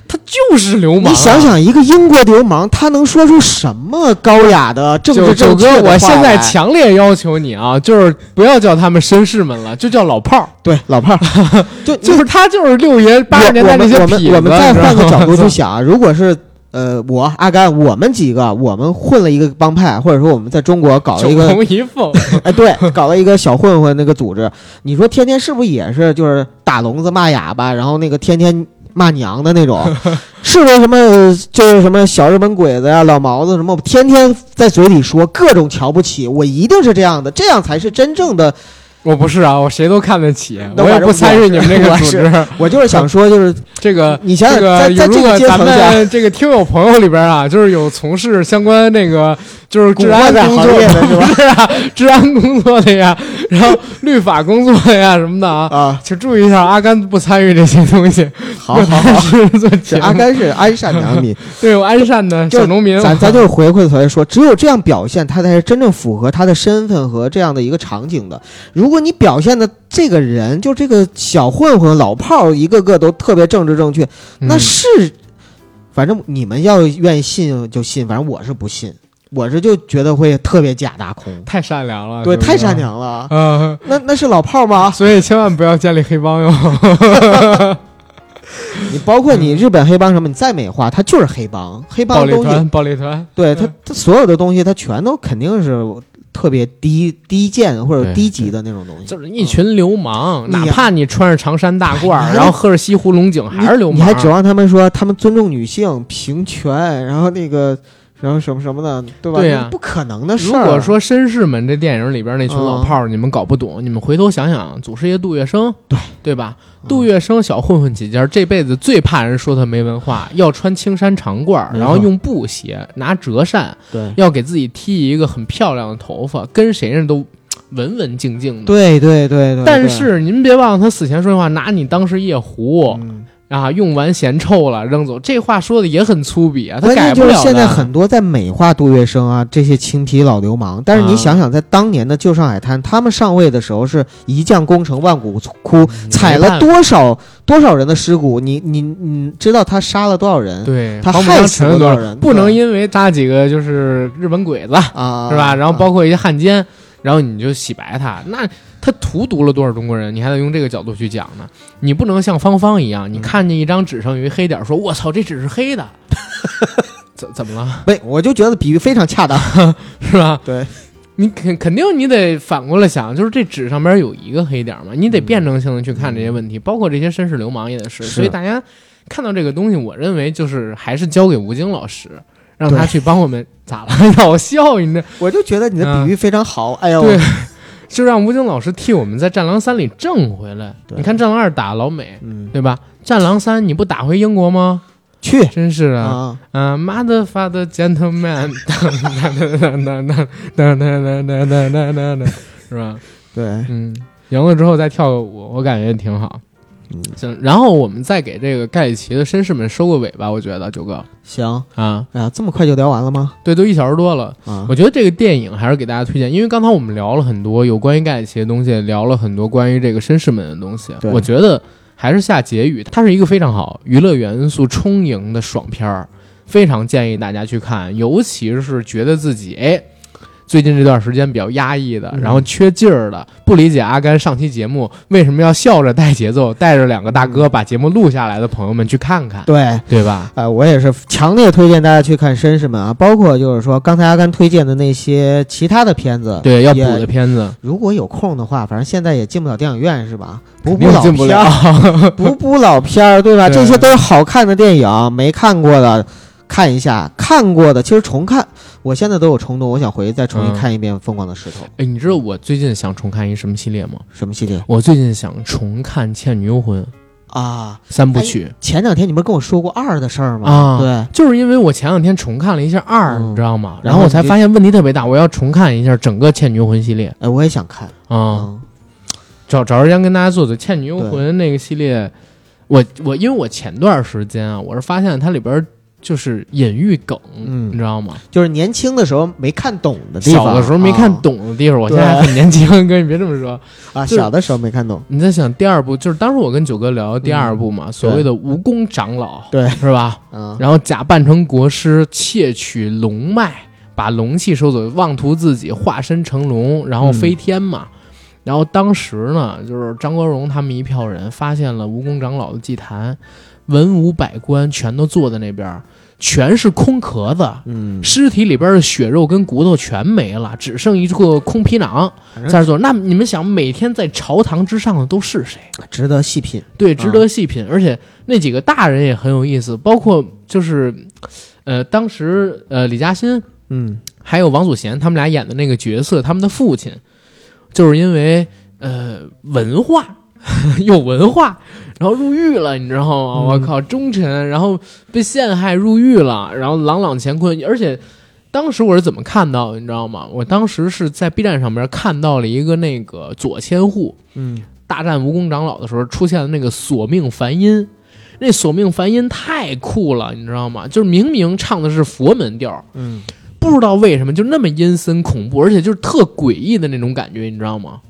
Speaker 1: 他就是流氓啊、
Speaker 2: 你想想，一个英国流氓，他能说出什么高雅的政
Speaker 1: 九
Speaker 2: 治
Speaker 1: 九
Speaker 2: 正
Speaker 1: 哥
Speaker 2: 确，的
Speaker 1: 我
Speaker 2: 话
Speaker 1: 现在
Speaker 2: 来
Speaker 1: 强烈要求你啊，就是不要叫他们绅士们了，就叫 老炮儿。
Speaker 2: 对老炮儿， 就
Speaker 1: 就是他就是六爷八十年代那些
Speaker 2: 我
Speaker 1: 痞子
Speaker 2: 们我们我们再换个角度 去，
Speaker 1: 是吧
Speaker 2: 想啊，如果是呃我阿甘，我们几个我们混了一个帮派，或者说我们在中国搞了一
Speaker 1: 九
Speaker 2: 个
Speaker 1: 龙一凤，
Speaker 2: 哎对，搞了一个小混混那个组织，你说天天是不是也是就是打聋子骂哑巴，然后那个天天。骂娘的那种， 是不是什么呃就是什么小日本鬼子呀、老毛子什么，天天在嘴里说各种瞧不起，我一定是这样的，这样才是真正的
Speaker 1: 我不是啊，我谁都看得起，
Speaker 2: 那
Speaker 1: 我也
Speaker 2: 我是
Speaker 1: 不参与你们这个
Speaker 2: 我
Speaker 1: 组
Speaker 2: 是
Speaker 1: 织。
Speaker 2: 我就是想说，就是
Speaker 1: 这个
Speaker 2: 你想想，
Speaker 1: 这个
Speaker 2: 在在
Speaker 1: 如
Speaker 2: 这
Speaker 1: 果
Speaker 2: 个阶
Speaker 1: 咱
Speaker 2: 层下，
Speaker 1: 们这个听友朋友里边啊，就是有从事相关那个就是
Speaker 2: 古
Speaker 1: 治安
Speaker 2: 惑仔
Speaker 1: 工
Speaker 2: 行
Speaker 1: 作
Speaker 2: 业的是吧？
Speaker 1: 是啊，治安工作的呀，然后律法工作的呀什么的啊，
Speaker 2: 啊，
Speaker 1: 请注意一下，阿甘不参与这些东西。
Speaker 2: 好 好好，
Speaker 1: 是做
Speaker 2: 是
Speaker 1: 节目
Speaker 2: 阿，甘是安善 良民，
Speaker 1: 对我安善的
Speaker 2: 就
Speaker 1: 小农民，
Speaker 2: 咱咱就是回过头来说，只有这样表现，他才是真正符合他的身份和这样的一个场景的。如果你表现的这个人，就这个小混混、老炮儿，一个个都特别政治正确，
Speaker 1: 嗯
Speaker 2: 那是，反正你们要愿意信就信，反正我是不信，我是就觉得会特别假大空，
Speaker 1: 太善良了，
Speaker 2: 对，
Speaker 1: 啊是不是
Speaker 2: 太善。良了。啊
Speaker 1: 嗯，
Speaker 2: 那那是老炮 儿吗？
Speaker 1: 所以千万不要建立黑帮哟。
Speaker 2: 你包括你日本黑帮什么，你再美化，它就是黑帮，黑 帮
Speaker 1: 暴
Speaker 2: 的
Speaker 1: 力
Speaker 2: 东西
Speaker 1: 团，暴力团，
Speaker 2: 对他，他所有的东西，他全都肯定是特别低低贱或者
Speaker 1: 对
Speaker 2: 低级的那种东西。
Speaker 1: 就是一群流氓，
Speaker 2: 嗯
Speaker 1: 哪怕你穿着长衫大褂
Speaker 2: 哎
Speaker 1: 儿，
Speaker 2: 呀
Speaker 1: 然后喝着西湖龙井，还是流
Speaker 2: 你
Speaker 1: 氓。啊
Speaker 2: 还指望他们说他们尊重女性、平权，然后那个，然后什么什么的，对吧？
Speaker 1: 对呀
Speaker 2: 不可能的
Speaker 1: 如
Speaker 2: 事儿。啊
Speaker 1: 果说《绅士们》这电影里边那群老
Speaker 2: 嗯
Speaker 1: 炮儿，你们搞不懂，你们回头想想，祖师爷杜月笙，
Speaker 2: 对
Speaker 1: 对吧？
Speaker 2: 嗯
Speaker 1: 杜月笙小混混起家，这辈子最怕人说他没文化，要穿青衫长褂儿，
Speaker 2: 没错
Speaker 1: 然后用布鞋，拿折扇，
Speaker 2: 对
Speaker 1: 要给自己剃一个很漂亮的头发，跟谁人都文文静静的。
Speaker 2: 对对对对，
Speaker 1: 但是您别忘了，他死前说的话，拿你当是夜壶、
Speaker 2: 嗯
Speaker 1: 啊，用完嫌臭了扔走，这话说的也很粗鄙啊，他
Speaker 2: 关
Speaker 1: 改
Speaker 2: 键
Speaker 1: 不
Speaker 2: 就
Speaker 1: 了
Speaker 2: 是
Speaker 1: 的。
Speaker 2: 现在很多在美化杜月笙啊这些青皮老流氓，但是你
Speaker 1: 啊
Speaker 2: 想想，在当年的旧上海滩，他们上位的时候是一将功成万骨枯，
Speaker 1: 嗯
Speaker 2: 踩了多少多少人的尸骨？你你你知道他杀了多少人？
Speaker 1: 对，
Speaker 2: 他
Speaker 1: 黄浦
Speaker 2: 害
Speaker 1: 江
Speaker 2: 死
Speaker 1: 沉
Speaker 2: 过
Speaker 1: 了多
Speaker 2: 多少
Speaker 1: 少
Speaker 2: 人
Speaker 1: 不
Speaker 2: 对
Speaker 1: 能因为搭几个就是日本鬼子
Speaker 2: 啊，
Speaker 1: 是吧？然后
Speaker 2: 啊
Speaker 1: 包括一些汉奸，然后你就洗白他，那他荼毒了多少中国人？你还得用这个角度去讲呢。你不能像芳芳一样，
Speaker 2: 嗯
Speaker 1: 你看见一张纸上有一黑点儿，说“我操，这纸是黑 的”，怎怎么了？
Speaker 2: 啊没，我就觉得比喻非常恰当。
Speaker 1: 是吧？
Speaker 2: 对，
Speaker 1: 你肯肯定你得反过来想，就是这纸上边有一个黑点儿嘛，你得辩证性的去看这些问题，包括这些绅士流氓也得是。
Speaker 2: 是
Speaker 1: 所以大家看到这个东西，我认为就是还是交给吴京老师，让他
Speaker 2: 对
Speaker 1: 去帮我们咋了？搞笑，你这
Speaker 2: 我就觉得你的比喻非常好。哎呦，
Speaker 1: 嗯对就让吴京老师替我们在《战狼三》里挣回来。
Speaker 2: 对
Speaker 1: 你看《战狼二》打老美，
Speaker 2: 嗯，
Speaker 1: 对吧？《战狼三》你不打回英国吗？
Speaker 2: 去
Speaker 1: 真是的，
Speaker 2: 啊，
Speaker 1: 啊，mother father gentleman，当当当当当当当当当当当，是吧？
Speaker 2: 对，
Speaker 1: 嗯，赢了之后再跳个舞，我感觉挺好。
Speaker 2: 嗯
Speaker 1: 行，然后我们再给这个盖里奇的绅士们收个尾吧，我觉得九哥
Speaker 2: 行。
Speaker 1: 啊，
Speaker 2: 哎呀，这么快就聊完了吗？
Speaker 1: 对，都一小时多了。
Speaker 2: 啊，
Speaker 1: 我觉得这个电影还是给大家推荐，因为刚才我们聊了很多有关于盖里奇的东西，聊了很多关于这个绅士们的东西。
Speaker 2: 对
Speaker 1: 我觉得还是下结语，它是一个非常好娱乐元素充盈的爽片儿，非常建议大家去看，尤其是觉得自己哎。最近这段时间比较压抑的，
Speaker 2: 嗯
Speaker 1: 然后缺劲儿的，不理解阿甘上期节目为什么要笑着带节奏，带着两个大哥把节目录下来的朋友们去看看，
Speaker 2: 嗯对。
Speaker 1: 对吧？
Speaker 2: 哎，我也是强烈推荐大家去看《绅士们》啊，包括就是说刚才阿甘推荐的那些其他的片子，
Speaker 1: 对，要补
Speaker 2: 也
Speaker 1: 的片子，
Speaker 2: 如果有空的话，反正现在也进不了电影院是吧？补
Speaker 1: 肯
Speaker 2: 补
Speaker 1: 定
Speaker 2: 老
Speaker 1: 进不
Speaker 2: 片
Speaker 1: 了
Speaker 2: 儿，。补补老片儿，对吧？
Speaker 1: 对
Speaker 2: 这些都是好看的电影，没看过的看一下，看过的其实重看，我现在都有冲动，我想回去再重
Speaker 1: 嗯
Speaker 2: 新看一遍《疯狂的石头》
Speaker 1: 哎，你知道我最近想重看一什么系列吗？
Speaker 2: 什么系列
Speaker 1: 我最近想重看《倩女幽魂》
Speaker 2: 啊？
Speaker 1: 三部曲，
Speaker 2: 前两天你不是跟我说过二的事儿吗？
Speaker 1: 啊
Speaker 2: 对，
Speaker 1: 就是因为我前两天重看了一下二、
Speaker 2: 嗯
Speaker 1: 你知道吗？
Speaker 2: 然
Speaker 1: 然后我
Speaker 2: 后
Speaker 1: 才
Speaker 2: 你
Speaker 1: 发现问题特别大，我要重看一下整个《倩女幽魂》系列
Speaker 2: 哎，我也想看
Speaker 1: 啊、
Speaker 2: 嗯
Speaker 1: 找找时间跟大家做做《倩女幽魂》那个系列。我我因为我前段时间啊，我是发现它里边就是隐喻梗，
Speaker 2: 嗯
Speaker 1: 你知道吗？
Speaker 2: 就是年轻的时候没看懂的地方，啊
Speaker 1: 小的时候没看懂的地方，我现在
Speaker 2: 对
Speaker 1: 很年轻， 哥你别这么说。
Speaker 2: 啊，啊
Speaker 1: 就是
Speaker 2: 小的时候没看懂，
Speaker 1: 你在想第二部，就是当时我跟九哥聊第二部嘛，所谓的蜈蚣长老，
Speaker 2: 嗯对
Speaker 1: 是吧？
Speaker 2: 啊，
Speaker 1: 然后假扮成国师窃取龙脉，把龙气收走，妄图自己化身成龙，然后飞天嘛。
Speaker 2: 嗯
Speaker 1: 然后当时呢，就是张国荣他们一票人发现了蜈蚣长老的祭坛，文武百官全都坐在那边儿，全是空壳子。
Speaker 2: 嗯，
Speaker 1: 尸体里边的血肉跟骨头全没了，只剩一个空皮囊
Speaker 2: 反
Speaker 1: 在
Speaker 2: 正
Speaker 1: 这儿坐。那你们想，每天在朝堂之上的都是谁？
Speaker 2: 值得细品。
Speaker 1: 对，值得细品。而且那几个大人也很有意思，包括就是，呃，当时呃李嘉欣
Speaker 2: 嗯，
Speaker 1: 还有王祖贤他们俩演的那个角色，他们的父亲，就是因为呃文化 有文化，然后入狱了，你知道吗？
Speaker 2: 嗯
Speaker 1: 我靠，忠臣，然后被陷害入狱了，然后朗朗乾坤，而且。当时我是怎么看到的，你知道吗？我当时是在 B 站上面看到了一个那个左千户
Speaker 2: 嗯，
Speaker 1: 大战蜈蚣长老的时候出现的那个索命梵音，那索命梵音太酷了，你知道吗？就是明明唱的是佛门调，
Speaker 2: 嗯，
Speaker 1: 不知道为什么就那么阴森恐怖，而且就是特诡异的那种感觉，你知道吗？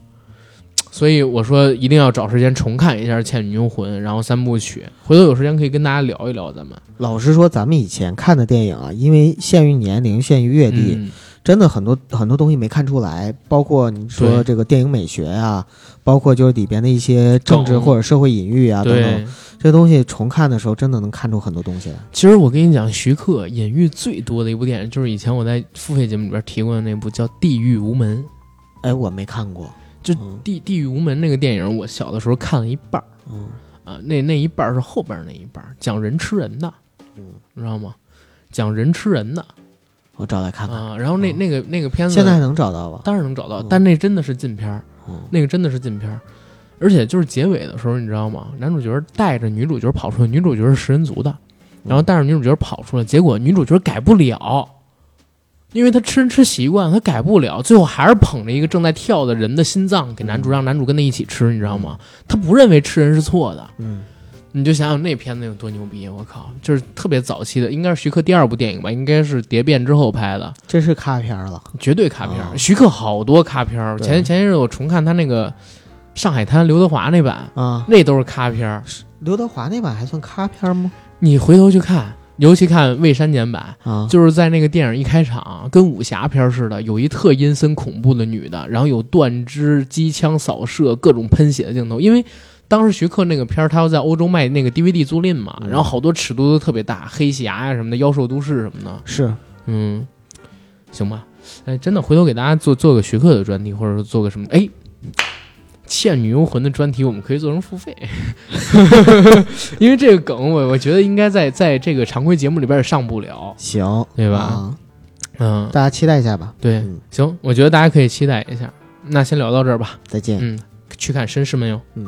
Speaker 1: 所以我说一定要找时间重看一下《倩女幽魂》，然后三部曲，回头有时间可以跟大家聊一聊咱们。
Speaker 2: 老实说，咱们以前看的电影啊，因为限于年龄、限于阅历，
Speaker 1: 嗯，
Speaker 2: 真的很多很多东西没看出来，包括你说
Speaker 1: 对
Speaker 2: 这个电影美学啊，包括就是里边的一些政治
Speaker 1: 梗
Speaker 2: 或者社会隐喻啊等等
Speaker 1: 对，，
Speaker 2: 这东西重看的时候，真的能看出很多东西来。
Speaker 1: 其实我跟你讲，徐克隐喻最多的一部电影，就是以前我在付费节目里边提过的那部叫《地狱无门》。
Speaker 2: 哎，我没看过，
Speaker 1: 就
Speaker 2: 嗯
Speaker 1: 地地狱无门那个电影，我小的时候看了一半儿
Speaker 2: 嗯
Speaker 1: 啊，那那一半儿是后边儿那一半儿，讲人吃人的，
Speaker 2: 嗯，
Speaker 1: 你知道吗？讲人吃人的
Speaker 2: 我找来看看，
Speaker 1: 啊。然后那
Speaker 2: 嗯
Speaker 1: 那个那个片子
Speaker 2: 现在还能找到吧？
Speaker 1: 当然能找到，
Speaker 2: 嗯
Speaker 1: 但那真的是禁片儿，
Speaker 2: 嗯
Speaker 1: 那个真的是禁片儿。而且就是结尾的时候，你知道吗？男主角带着女主角跑出来，女主角是食人族的，
Speaker 2: 嗯
Speaker 1: 然后带着女主角跑出来，结果女主角改不了，因为她吃人吃习惯，她改不了，最后还是捧着一个正在跳的人的心脏给
Speaker 2: 嗯
Speaker 1: 男主，让男主跟她一起吃，你知道吗？她不认为吃人是错的，
Speaker 2: 嗯
Speaker 1: 你就想想那片子有多牛逼，我靠，就是特别早期的，应该是徐克第二部电影吧，应该是《蝶变》之后拍的，
Speaker 2: 这是卡片了，
Speaker 1: 绝对卡片儿。
Speaker 2: 啊
Speaker 1: 徐克好多卡片儿，
Speaker 2: 对
Speaker 1: 前前些日我重看他那个《上海滩》刘德华那版，
Speaker 2: 啊，
Speaker 1: 那都是卡片儿。
Speaker 2: 刘德华那版还算卡片吗？
Speaker 1: 你回头去看，尤其看未删减版，
Speaker 2: 啊，
Speaker 1: 就是在那个电影一开场，跟武侠片儿似的，有一特阴森恐怖的女的，然后有断肢、机枪扫射、各种喷血的镜头，因为。当时徐克那个片儿，他要在欧洲卖那个 DVD 租赁嘛，
Speaker 2: 嗯
Speaker 1: 然后好多尺度都特别大，黑侠呀、什么的，妖兽都市什么的，
Speaker 2: 是
Speaker 1: 嗯，行吧，哎，真的，回头给大家做做个徐克的专题，或者说做个什么，哎，《倩女幽魂》的专题，我们可以做成付费， 因为这个梗我，我觉得应该在在这个常规节目里边也上不了，
Speaker 2: 行，
Speaker 1: 对吧
Speaker 2: 啊
Speaker 1: 嗯，
Speaker 2: 大家期待一下吧，
Speaker 1: 对
Speaker 2: 嗯，
Speaker 1: 行，我觉得大家可以期待一下。那先聊到这儿吧，嗯
Speaker 2: 再见，
Speaker 1: 嗯，去看《绅士们》哟。
Speaker 2: 嗯。